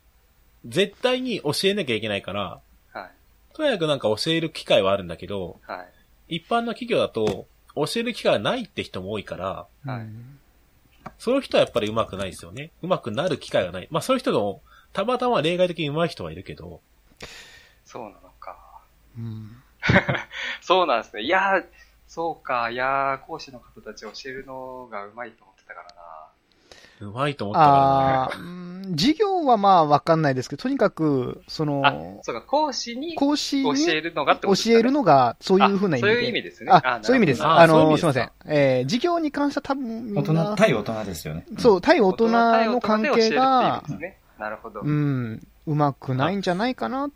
[SPEAKER 1] 絶対に教えなきゃいけないから、
[SPEAKER 4] はい、
[SPEAKER 1] とにかくなんか教える機会はあるんだけど、
[SPEAKER 4] はい。
[SPEAKER 1] 一般の企業だと、教える機会がないって人も多いから、
[SPEAKER 4] はい
[SPEAKER 3] うん
[SPEAKER 1] そういう人はやっぱり上手くないですよね。上手くなる機会がない。まあそういう人でも、たまたま例外的に上手い人はいるけど、
[SPEAKER 4] そうなのか。
[SPEAKER 3] うん。
[SPEAKER 4] そうなんですね。いやー、そうか。いやー、講師の方たち教えるのがうまいと思ってたからな。
[SPEAKER 1] 上手いと思ったから
[SPEAKER 3] ああ、うん授業はまあわかんないですけど、とにかく、そ
[SPEAKER 4] あ、
[SPEAKER 3] の、
[SPEAKER 4] そうか。講師に教
[SPEAKER 3] 講師に
[SPEAKER 4] えるのがって
[SPEAKER 3] 教
[SPEAKER 4] ことですか、ね、
[SPEAKER 3] えるのが、そういうふうな意味
[SPEAKER 4] あ
[SPEAKER 3] で。
[SPEAKER 4] そういう意味ですね。
[SPEAKER 3] あ、そういう意味です。
[SPEAKER 1] あー
[SPEAKER 3] あ
[SPEAKER 1] そういう意
[SPEAKER 3] の、
[SPEAKER 1] 味
[SPEAKER 3] すいませ
[SPEAKER 1] で
[SPEAKER 3] ん
[SPEAKER 1] す。
[SPEAKER 3] えー授業に関しては多分み
[SPEAKER 2] 大
[SPEAKER 3] んな
[SPEAKER 2] 人、、対大人ですよね。
[SPEAKER 3] そう、対大
[SPEAKER 4] 大
[SPEAKER 3] 人の関係が、
[SPEAKER 4] ですね、なるほど。
[SPEAKER 3] うん、うまくないんじゃないかなっ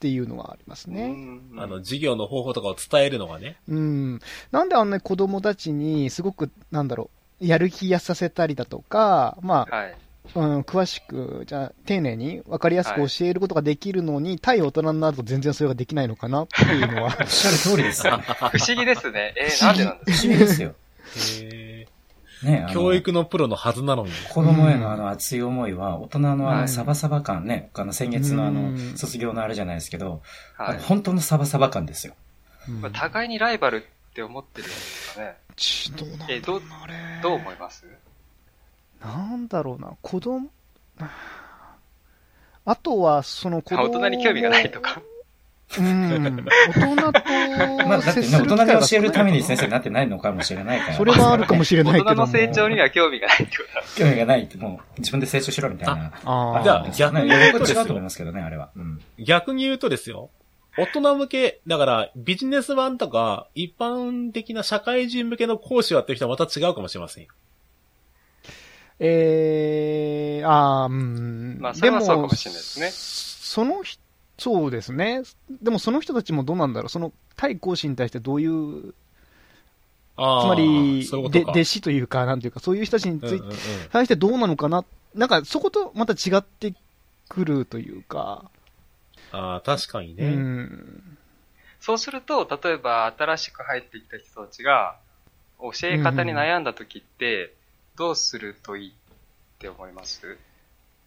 [SPEAKER 3] ていうのはあります
[SPEAKER 4] う
[SPEAKER 3] ね。
[SPEAKER 4] ん
[SPEAKER 1] な。あの、授業の方法とかを伝えるのがね。
[SPEAKER 3] うん。なんであんなに子供たちに、すごく、なんだろう、やる気やさせたりだとか、まあ、
[SPEAKER 4] はい。
[SPEAKER 3] うん、詳しく、じゃあ、丁寧に分かりやすく教えることができるのに、対大人になると全然それができないのかなっていうのは。
[SPEAKER 2] おっしゃる通りですよね。
[SPEAKER 4] 不思議ですね。え
[SPEAKER 3] 不
[SPEAKER 4] ー、
[SPEAKER 3] 思
[SPEAKER 4] なん
[SPEAKER 3] 議
[SPEAKER 4] でなんで
[SPEAKER 2] 不
[SPEAKER 4] す
[SPEAKER 2] 思議ですよ。
[SPEAKER 1] へ
[SPEAKER 2] ね、あ
[SPEAKER 1] ー
[SPEAKER 2] の
[SPEAKER 1] 教。育のプロのはずなのに。
[SPEAKER 2] 子供へのあの熱い思いは、大人のあ
[SPEAKER 3] は
[SPEAKER 2] の
[SPEAKER 3] い
[SPEAKER 2] サバサバ感ね、あの先月のあ
[SPEAKER 3] う
[SPEAKER 2] の、
[SPEAKER 3] ん
[SPEAKER 2] 卒業のあれじゃないですけど、
[SPEAKER 4] か
[SPEAKER 2] あ
[SPEAKER 4] は
[SPEAKER 2] の
[SPEAKER 4] い。
[SPEAKER 2] 本当のサバサバ感ですよ。
[SPEAKER 4] まあ互いにライバルって思ってるんですかね。
[SPEAKER 3] ちどうなんだ
[SPEAKER 4] えー、どう、
[SPEAKER 3] あれ
[SPEAKER 4] どう思います
[SPEAKER 3] なんだろうな、子供、あとは、その子
[SPEAKER 4] あ
[SPEAKER 3] 供。
[SPEAKER 4] 大人に興味がないと。か。
[SPEAKER 3] うん。
[SPEAKER 2] まあ、
[SPEAKER 3] 大人
[SPEAKER 2] だ
[SPEAKER 3] と
[SPEAKER 2] って
[SPEAKER 3] 接
[SPEAKER 2] ね、
[SPEAKER 3] す
[SPEAKER 2] 大
[SPEAKER 3] る機
[SPEAKER 2] 人
[SPEAKER 3] 会
[SPEAKER 2] に
[SPEAKER 3] が
[SPEAKER 2] 教えるために
[SPEAKER 3] 少ない
[SPEAKER 2] 先生になってないのかもしれないから。
[SPEAKER 3] それはあるかもしれない
[SPEAKER 4] 大
[SPEAKER 3] けど
[SPEAKER 4] 人
[SPEAKER 3] も。
[SPEAKER 4] の成長には興味がないってことだ。
[SPEAKER 2] 興味がないって、もう、自分で成長しろみたいな。
[SPEAKER 3] ああ。
[SPEAKER 1] じゃあ
[SPEAKER 2] じゃ
[SPEAKER 1] 逆
[SPEAKER 2] あ、
[SPEAKER 1] に言うとです
[SPEAKER 2] 違
[SPEAKER 1] よ
[SPEAKER 2] うと思いますけどね、あれは。うん。
[SPEAKER 1] 逆に言うとですよ。大人向け、だから、ビジネス版とか、一般的な社会人向けの講師をやってる人はまた違うかもしれませんよ。
[SPEAKER 3] ええああ、うん。
[SPEAKER 4] まあ、それはそうかもしれないですね。
[SPEAKER 3] その人、そうですね。でもその人たちもどうなんだろう。その対講師に対してどういう、
[SPEAKER 1] あー
[SPEAKER 3] つまり、
[SPEAKER 1] そういうこと
[SPEAKER 3] で
[SPEAKER 1] か
[SPEAKER 3] 弟子というか、なんていうか、そういう人たちについて、
[SPEAKER 1] うんうんうん
[SPEAKER 3] 対してどうなのかな。なんかそことまた違ってくるというか。
[SPEAKER 1] ああ、確かにね。
[SPEAKER 3] うん。
[SPEAKER 4] そうすると、例えば新しく入ってきた人たちが、教え方に悩んだ時って、どうするといいって思います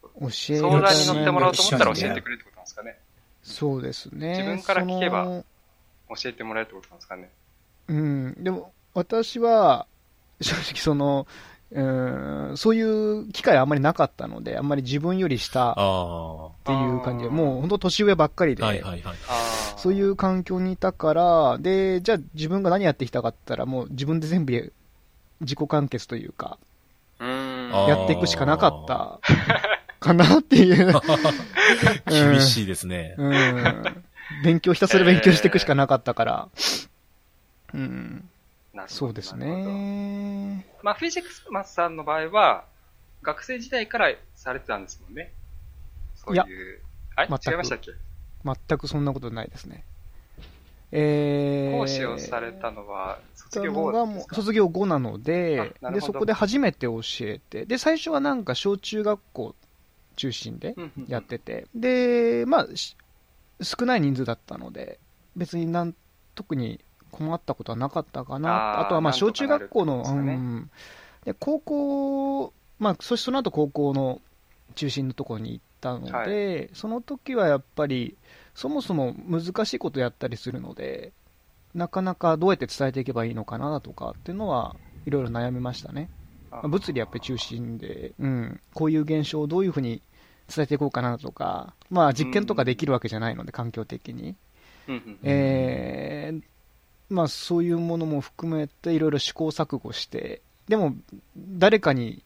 [SPEAKER 3] 教え
[SPEAKER 4] 相談に乗
[SPEAKER 3] 方
[SPEAKER 4] ってもらおうと思ったら教えてくれるってことなんですかね
[SPEAKER 3] そうですね。
[SPEAKER 4] 自分から聞けば
[SPEAKER 3] その
[SPEAKER 4] 教えてもらえるってことなんですかね
[SPEAKER 3] うん、でも私は、 正直その、うん、そういう機会はあんまりなかったので、あんまり自分より下っ
[SPEAKER 1] ああ。は
[SPEAKER 3] ていう感じで、
[SPEAKER 4] あー
[SPEAKER 3] もう本当年上ばっかり
[SPEAKER 1] い
[SPEAKER 3] で、
[SPEAKER 1] はいはい。
[SPEAKER 4] あー
[SPEAKER 3] そういう環境にいたから、で、じゃあ自分が何やってきたかって言ったら、もう自分で全部自己完結というか、
[SPEAKER 4] うーん。
[SPEAKER 1] あー
[SPEAKER 3] やっていくしかなかったかなっていう。
[SPEAKER 1] 厳しいですね。
[SPEAKER 3] うん。勉強、ひたすら勉強していくしかなかったから。うん。
[SPEAKER 4] なるほど
[SPEAKER 3] そうです。
[SPEAKER 4] なるほど
[SPEAKER 3] ね。
[SPEAKER 4] まあ、フィジックスマスさんの場合は、学生時代からされてたんですもんね。そういう。あれ
[SPEAKER 3] 全く
[SPEAKER 4] 違いましたっけ、
[SPEAKER 3] 全くそんなことないですね。えー、
[SPEAKER 4] 講師をされたのは、卒業
[SPEAKER 3] のが
[SPEAKER 4] 後で
[SPEAKER 3] も
[SPEAKER 4] す
[SPEAKER 3] う
[SPEAKER 4] か
[SPEAKER 3] 卒業後なの
[SPEAKER 4] あ
[SPEAKER 3] で
[SPEAKER 4] なる
[SPEAKER 3] で、
[SPEAKER 4] ほ
[SPEAKER 3] そ
[SPEAKER 4] ど
[SPEAKER 3] こで初めて教えて、で、最初はなんか小中学校中心で
[SPEAKER 4] うんうんうん
[SPEAKER 3] やってて、で、まあ、し少ない人数だったので、別になん、特に困ったことはなかったかな。
[SPEAKER 4] あ
[SPEAKER 3] あ
[SPEAKER 4] ー
[SPEAKER 3] とはまあ、
[SPEAKER 4] なんと
[SPEAKER 3] 小
[SPEAKER 4] か
[SPEAKER 3] 中学校の、
[SPEAKER 4] なるんですかね
[SPEAKER 3] うん。で、高校、まあ、そしてその後高校の中心のところに行ったので、
[SPEAKER 4] は
[SPEAKER 3] その時はやっぱり、そもそも難しいことやったりするので、なかなかどうやって伝えていけばいいのかなとかっていうのは、いろいろ悩みましたね。まあ物理やっぱり中心で、うん、こういう現象をどういうふうに伝えていこうかなとか、まあ実験とかできるわけじゃないので、環境的に。
[SPEAKER 4] うんうん
[SPEAKER 1] ん
[SPEAKER 3] えーまあそういうものも含めていろいろ試行錯誤して、でも誰かに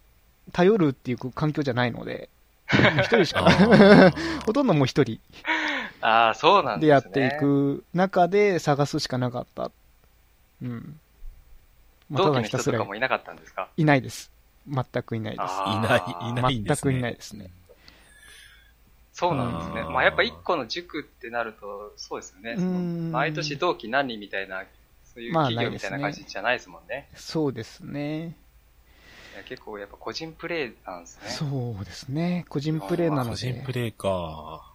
[SPEAKER 3] 頼るっていう環境じゃないの で、もう一人し
[SPEAKER 1] あ
[SPEAKER 3] か、
[SPEAKER 1] ー
[SPEAKER 3] ほとんどもう一人
[SPEAKER 4] ああ、そうなんです
[SPEAKER 3] で
[SPEAKER 4] ね。
[SPEAKER 3] やっていく中で探すしかなかった。うん。まあ、た
[SPEAKER 4] 同期
[SPEAKER 3] だ
[SPEAKER 4] の
[SPEAKER 3] ひた
[SPEAKER 4] 人
[SPEAKER 3] す
[SPEAKER 4] とからもいなかったんですか
[SPEAKER 3] いないです。全くいないです。
[SPEAKER 1] い
[SPEAKER 4] あ
[SPEAKER 1] な
[SPEAKER 4] ー
[SPEAKER 1] い、いないんです、ね。
[SPEAKER 3] 全くいないですね。
[SPEAKER 4] そうなんですね。
[SPEAKER 1] あー
[SPEAKER 4] まあやっぱ一個の塾ってなると、そうですよね。
[SPEAKER 3] うーん
[SPEAKER 4] 毎年同期何人みたいな、そういう
[SPEAKER 3] まあ
[SPEAKER 4] 企
[SPEAKER 3] な
[SPEAKER 4] 業
[SPEAKER 3] いで
[SPEAKER 4] み
[SPEAKER 3] す
[SPEAKER 4] た
[SPEAKER 3] ね
[SPEAKER 4] いな感じじゃないですもんね。
[SPEAKER 3] そうですね。
[SPEAKER 4] いや結構やっぱ個人プレイなんですね。
[SPEAKER 3] そうですね。個人プレーな
[SPEAKER 1] 個
[SPEAKER 3] の
[SPEAKER 1] 人プ
[SPEAKER 3] で。
[SPEAKER 1] レイか。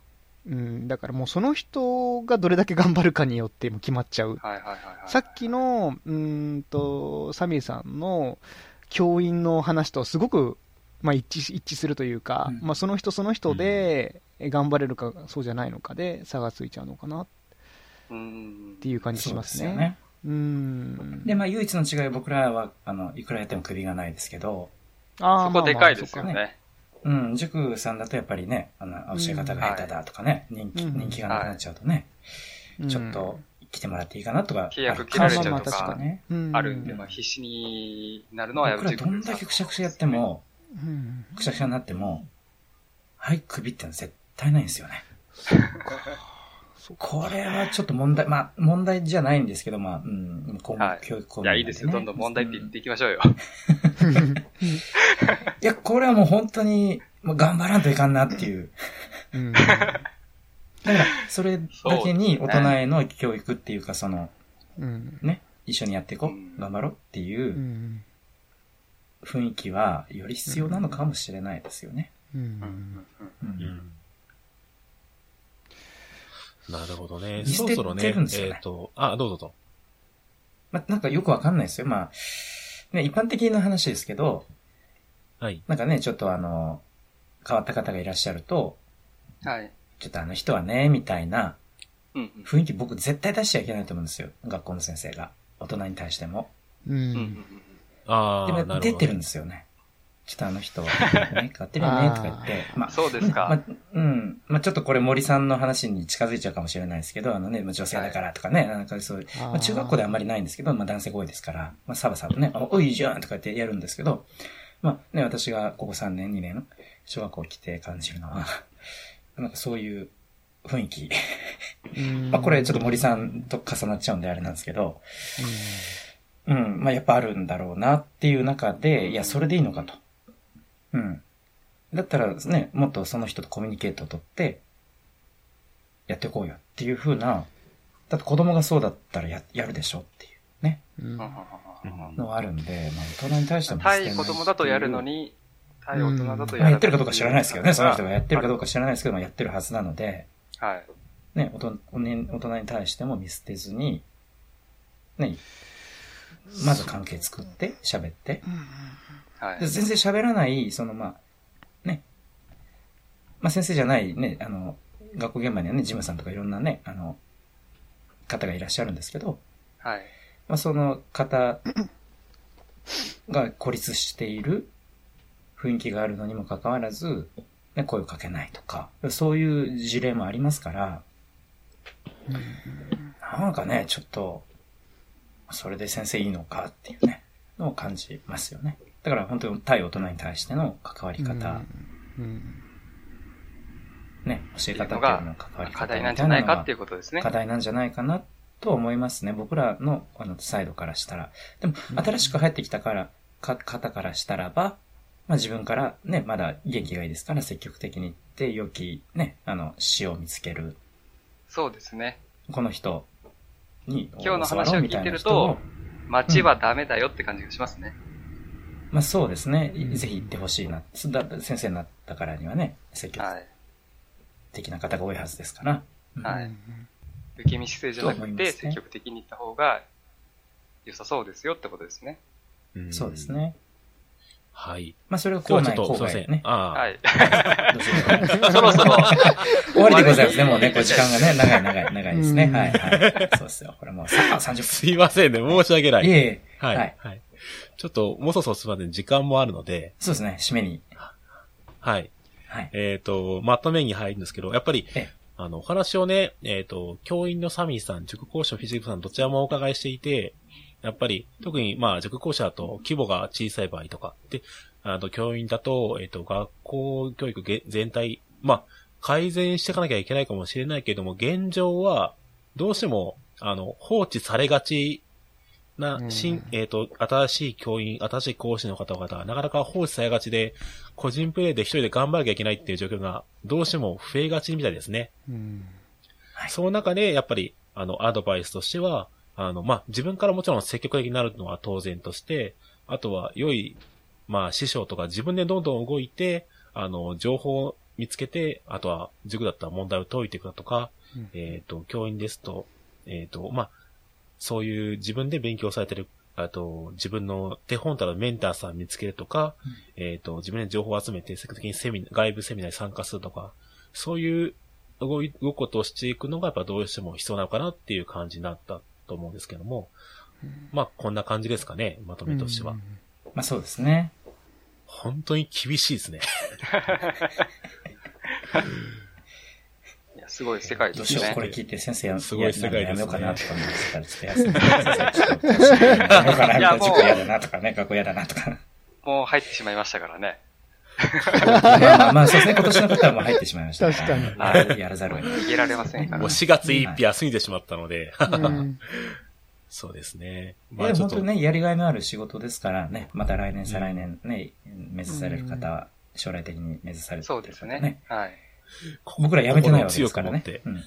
[SPEAKER 3] うん、だからもうその人がどれだけ頑張るかによっても決まっちゃう。
[SPEAKER 4] はいはいはいはい、
[SPEAKER 3] さっきの、うーんと、サミーさんの教員の話とすごく、まあ、一致し一致するというか、
[SPEAKER 2] うん
[SPEAKER 3] まあ、その人その人で頑張れるか、そうじゃないのかで差がついちゃうのかなっ
[SPEAKER 4] うん。
[SPEAKER 3] ていう感じします
[SPEAKER 2] そうですよ
[SPEAKER 3] ね。。うーん。
[SPEAKER 2] で、まあ、唯一の違いは僕らは、あの、いくらやっても首がないですけど、
[SPEAKER 3] あー
[SPEAKER 4] そこでかいですよ。
[SPEAKER 3] まあまあ
[SPEAKER 4] ね。
[SPEAKER 2] うん、塾さんだとやっぱりね、あの、教え方が下手だとかね、人気、
[SPEAKER 3] うん
[SPEAKER 2] 人気がなくなっちゃうとね、
[SPEAKER 3] そうか
[SPEAKER 2] ちょっと、来てもらっていいかなとか。
[SPEAKER 4] 契約切られちゃうとか
[SPEAKER 2] あるしね。
[SPEAKER 3] うん、うん
[SPEAKER 4] あるんで、
[SPEAKER 2] うん
[SPEAKER 4] まあ、必死になるの
[SPEAKER 2] 僕
[SPEAKER 4] はやめ
[SPEAKER 2] らどんだけくしゃくしゃやって。も、
[SPEAKER 3] うん。
[SPEAKER 2] くしゃくしゃになっても、はい、首ってのは絶対ないんですよね。
[SPEAKER 3] そうか
[SPEAKER 2] これはちょっと問題、まあ、問題じゃないんですけど、まあ、うん、今後
[SPEAKER 4] は、い
[SPEAKER 2] 教育公
[SPEAKER 4] いや、いいですよ。どんどん問題って言っていきましょうよ。
[SPEAKER 2] いや、これはもう本当に、もう頑張らんといかんなっていう。
[SPEAKER 3] うん
[SPEAKER 2] だから、 それだけに
[SPEAKER 4] そ
[SPEAKER 2] 大
[SPEAKER 4] うですね
[SPEAKER 2] 人への教育っていうか、その、
[SPEAKER 3] うん。。
[SPEAKER 2] ね、一緒にやっていこ
[SPEAKER 4] うん
[SPEAKER 2] う、頑張ろうっていううん雰囲気は、より必要なのかもしれないですよね。
[SPEAKER 3] う。
[SPEAKER 4] うんんうん
[SPEAKER 2] う。
[SPEAKER 1] うんんなるほどね。
[SPEAKER 2] 見捨
[SPEAKER 1] そろ
[SPEAKER 2] て
[SPEAKER 1] そろね、
[SPEAKER 2] て
[SPEAKER 1] えっ
[SPEAKER 2] るんですよね、
[SPEAKER 1] と、あ、どうぞどうぞ。
[SPEAKER 2] まあ、なんかよくわかんないですよ。まあ、ね、一般的な話ですけど、
[SPEAKER 1] はい。
[SPEAKER 2] なんかね、ちょっとあの、変わった方がいらっしゃると、
[SPEAKER 4] うんはい。
[SPEAKER 2] ちょっとあの人はね、みたいな
[SPEAKER 4] うんうん
[SPEAKER 2] 雰囲気僕絶対出しちゃいけないと思うんですよ。学校の先生が。大人に対しても。
[SPEAKER 3] う
[SPEAKER 4] うんうん
[SPEAKER 3] ん。
[SPEAKER 4] うん
[SPEAKER 1] ああ、
[SPEAKER 2] でも
[SPEAKER 1] なるほど。
[SPEAKER 2] 出てるんですよね。ちょっとあ の人、ね、変わってるよね、とか言って。まあ、
[SPEAKER 4] そうですか。
[SPEAKER 2] まあ、うん。まあ、ちょっとこれ森さんの話に近づいちゃうかもしれないですけど、あのね、まあ女性だからとかね、なんかそういう、まあ、中学校ではあんまりないんですけど、まあ男性が多いですから、まあサバサバね、あおいいいじゃんとか言ってやるんですけど、まあね、私がここ3年、2年、小学校来て感じるのは、 なんかそういう雰囲気。まあこれちょっと森さんと重なっちゃうんであれなんですけど、うん、まあやっぱあるんだろうなっていう中で、いや、それでいいのかと。うん。だったらね、もっとその人とコミュニケートを取って、やっていこうよっていう風な、だって子供がそうだったらや、やるでしょっていうね、
[SPEAKER 3] うん
[SPEAKER 4] うんうんうんうん
[SPEAKER 2] のはあるんで、まあ大人に対しても
[SPEAKER 4] 対子供だとやるのに、対大人だとやら
[SPEAKER 2] まあ
[SPEAKER 4] ない
[SPEAKER 2] やってるかどうか知らないですけどね、その人がやってるかどう
[SPEAKER 4] か。
[SPEAKER 2] か知らないですけど、まあやってるはずなので、
[SPEAKER 4] はい。
[SPEAKER 2] ね、大人大人に対しても見捨てずに、ね、まず関係作って、喋って、
[SPEAKER 4] は
[SPEAKER 2] で
[SPEAKER 4] い。
[SPEAKER 2] 先生喋らない、そのまあ、ね。まあ先生じゃないね、あの、学校現場にはね、ジムさんとかいろんなね、あの、方がいらっしゃるんですけど、
[SPEAKER 4] はい。
[SPEAKER 2] まあその方が孤立している雰囲気があるのにもかかわらず、ね、声をかけないとか、そういう事例もありますから、なんかね、ちょっと、それで先生いいのかっていうね、のを感じますよね。だから本当に対大人に対しての関わり方、
[SPEAKER 3] うん
[SPEAKER 2] ね、教え方っていうのの関わり方
[SPEAKER 4] 課題なんじゃないかっていうことですね
[SPEAKER 2] 課。題なんじゃないかなと思いますね。僕らのこのサイドからしたら。でも、新しく入ってきたから、か方からしたらば、まあ自分からね、まだ元気がいいですから積極的に行って、良きね、あの、詩を見つける。
[SPEAKER 4] そうですね。
[SPEAKER 2] この人に、
[SPEAKER 4] 今日の話を聞いてると
[SPEAKER 2] 教わろうみたな人を、
[SPEAKER 4] 街はダメだよって感じがしますね。
[SPEAKER 2] まあそうですね。
[SPEAKER 3] ん
[SPEAKER 2] ぜひ行ってほしいな。すだ先生になったからにはね、積極
[SPEAKER 4] はい。
[SPEAKER 2] 的な方が多いはずですから。うん
[SPEAKER 4] はい
[SPEAKER 3] うん
[SPEAKER 4] 受け身姿勢じゃな
[SPEAKER 2] と
[SPEAKER 4] く
[SPEAKER 2] 思いま
[SPEAKER 4] て、
[SPEAKER 2] すね
[SPEAKER 4] 積極的に行った方が良さそうですよってことですね。
[SPEAKER 1] ん
[SPEAKER 2] そうです。ね。
[SPEAKER 1] はい。
[SPEAKER 2] まあそれが
[SPEAKER 1] 今
[SPEAKER 2] 校
[SPEAKER 1] 日は
[SPEAKER 2] 内、
[SPEAKER 1] ちょっと、
[SPEAKER 2] 校
[SPEAKER 1] すいま
[SPEAKER 2] 外
[SPEAKER 1] せん。
[SPEAKER 2] ね。
[SPEAKER 1] ああ、
[SPEAKER 4] はい。
[SPEAKER 2] どうしようかな
[SPEAKER 4] そろそろ、
[SPEAKER 2] 終わりでございますね。もうね、こう時間がね、長い長い長いですね。
[SPEAKER 3] うん
[SPEAKER 2] はいはい。そうですよ。これもうさあ30
[SPEAKER 1] すいませんね。申し訳な
[SPEAKER 2] 分。い
[SPEAKER 1] い。
[SPEAKER 2] えいえ。
[SPEAKER 1] はい。
[SPEAKER 2] はい
[SPEAKER 1] はい。ちょっと、もうそろそろすいません。時間もあるので、
[SPEAKER 2] そうですね。締めに。
[SPEAKER 1] はい。
[SPEAKER 2] はい。
[SPEAKER 1] えっ、と、まとめに入るんですけど、やっぱり
[SPEAKER 2] ええ、
[SPEAKER 1] あの、お話をね、えっ、と、教員のサミーさん、塾講師のフィジークさん、どちらもお伺いしていて、やっぱり、特に、まあ、塾講師だと規模が小さい場合とか、で、あの、教員だと、えっ、と、学校教育げ全体、まあ、改善していかなきゃいけないかもしれないけれども、現状は、どうしても、あの、放置されがちな、新、
[SPEAKER 3] うん
[SPEAKER 1] えっ、と、新しい教員、新しい講師の方々は、なかなか放置されがちで、個人プレイで一人で頑張らなきゃいけないっていう状況が、どうしても増えがちみたいですね。
[SPEAKER 3] うん
[SPEAKER 2] はい
[SPEAKER 1] その中で、やっぱり、あの、アドバイスとしては、あの、まあ、自分からもちろん積極的になるのは当然として、あとは、良い、まあ、師匠とか自分でどんどん動いて、あの、情報を見つけて、あとは、塾だったら問題を解いていくだとか、
[SPEAKER 3] うん
[SPEAKER 1] えっ、と、教員ですと、えっ、と、まあ、そういう自分で勉強されてる、あと、自分の手本たらメンターさん見つけるとか、えっ、と、自分で情報を集めて、積極的にセミナー、外部セミナーに参加するとか、そういう動い、動くことをしていくのが、やっぱどうしても必要なのかなっていう感じになったと思うんですけども、まあ、こんな感じですかね、まとめとしては。
[SPEAKER 3] うん
[SPEAKER 2] まあそうですね。
[SPEAKER 1] 本当に厳しいですね。
[SPEAKER 4] いやすごい世界
[SPEAKER 2] ど
[SPEAKER 4] で
[SPEAKER 2] う
[SPEAKER 4] す
[SPEAKER 2] しよう。
[SPEAKER 4] ね
[SPEAKER 2] こ。れ聞いて先生や
[SPEAKER 1] すごい世界ですね
[SPEAKER 2] やめようかなとか思ってたら、ちょっと休んで先生 やめようかな、みたいな
[SPEAKER 4] いやもう
[SPEAKER 2] 塾嫌だなとかね、学校嫌だなとか。
[SPEAKER 4] もう入ってしまいましたからね。
[SPEAKER 2] まあまあまあそうですね。今年の方はもう入ってしまいました。
[SPEAKER 3] 確かに
[SPEAKER 2] はい。やらざるを得ない。
[SPEAKER 4] 逃げられませんか
[SPEAKER 1] もう
[SPEAKER 4] ら。
[SPEAKER 1] 4月1日休んでしまったので、
[SPEAKER 3] うん
[SPEAKER 1] そうですね。
[SPEAKER 2] い
[SPEAKER 1] ま
[SPEAKER 2] や、
[SPEAKER 1] あ、ちょ
[SPEAKER 2] 本
[SPEAKER 1] っ
[SPEAKER 2] 当に
[SPEAKER 1] と、
[SPEAKER 2] ね、やりがいのある仕事ですからね、また来年、再来年ね、目指される方は、将来的に目指されてる方
[SPEAKER 4] そうですね。。はい。
[SPEAKER 2] 僕ら辞めてないわけで
[SPEAKER 1] 心を強
[SPEAKER 2] すか
[SPEAKER 1] く
[SPEAKER 2] ら
[SPEAKER 1] 持っ
[SPEAKER 2] ね
[SPEAKER 1] て。、
[SPEAKER 2] うん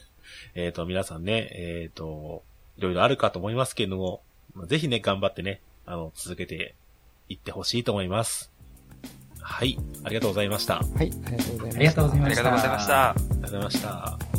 [SPEAKER 1] えっ、と、皆さんね、えっ、と、いろいろあるかと思いますけれども、ぜひね、頑張ってね、あの、続けていってほしいと思います。はい、ありがとうございました。あり
[SPEAKER 3] はい、ありがとうございま
[SPEAKER 2] あ
[SPEAKER 3] す
[SPEAKER 2] りがとうござい
[SPEAKER 4] あ
[SPEAKER 2] ま
[SPEAKER 4] り
[SPEAKER 2] し
[SPEAKER 4] が
[SPEAKER 2] た。
[SPEAKER 4] とうございました。
[SPEAKER 1] がとうございました。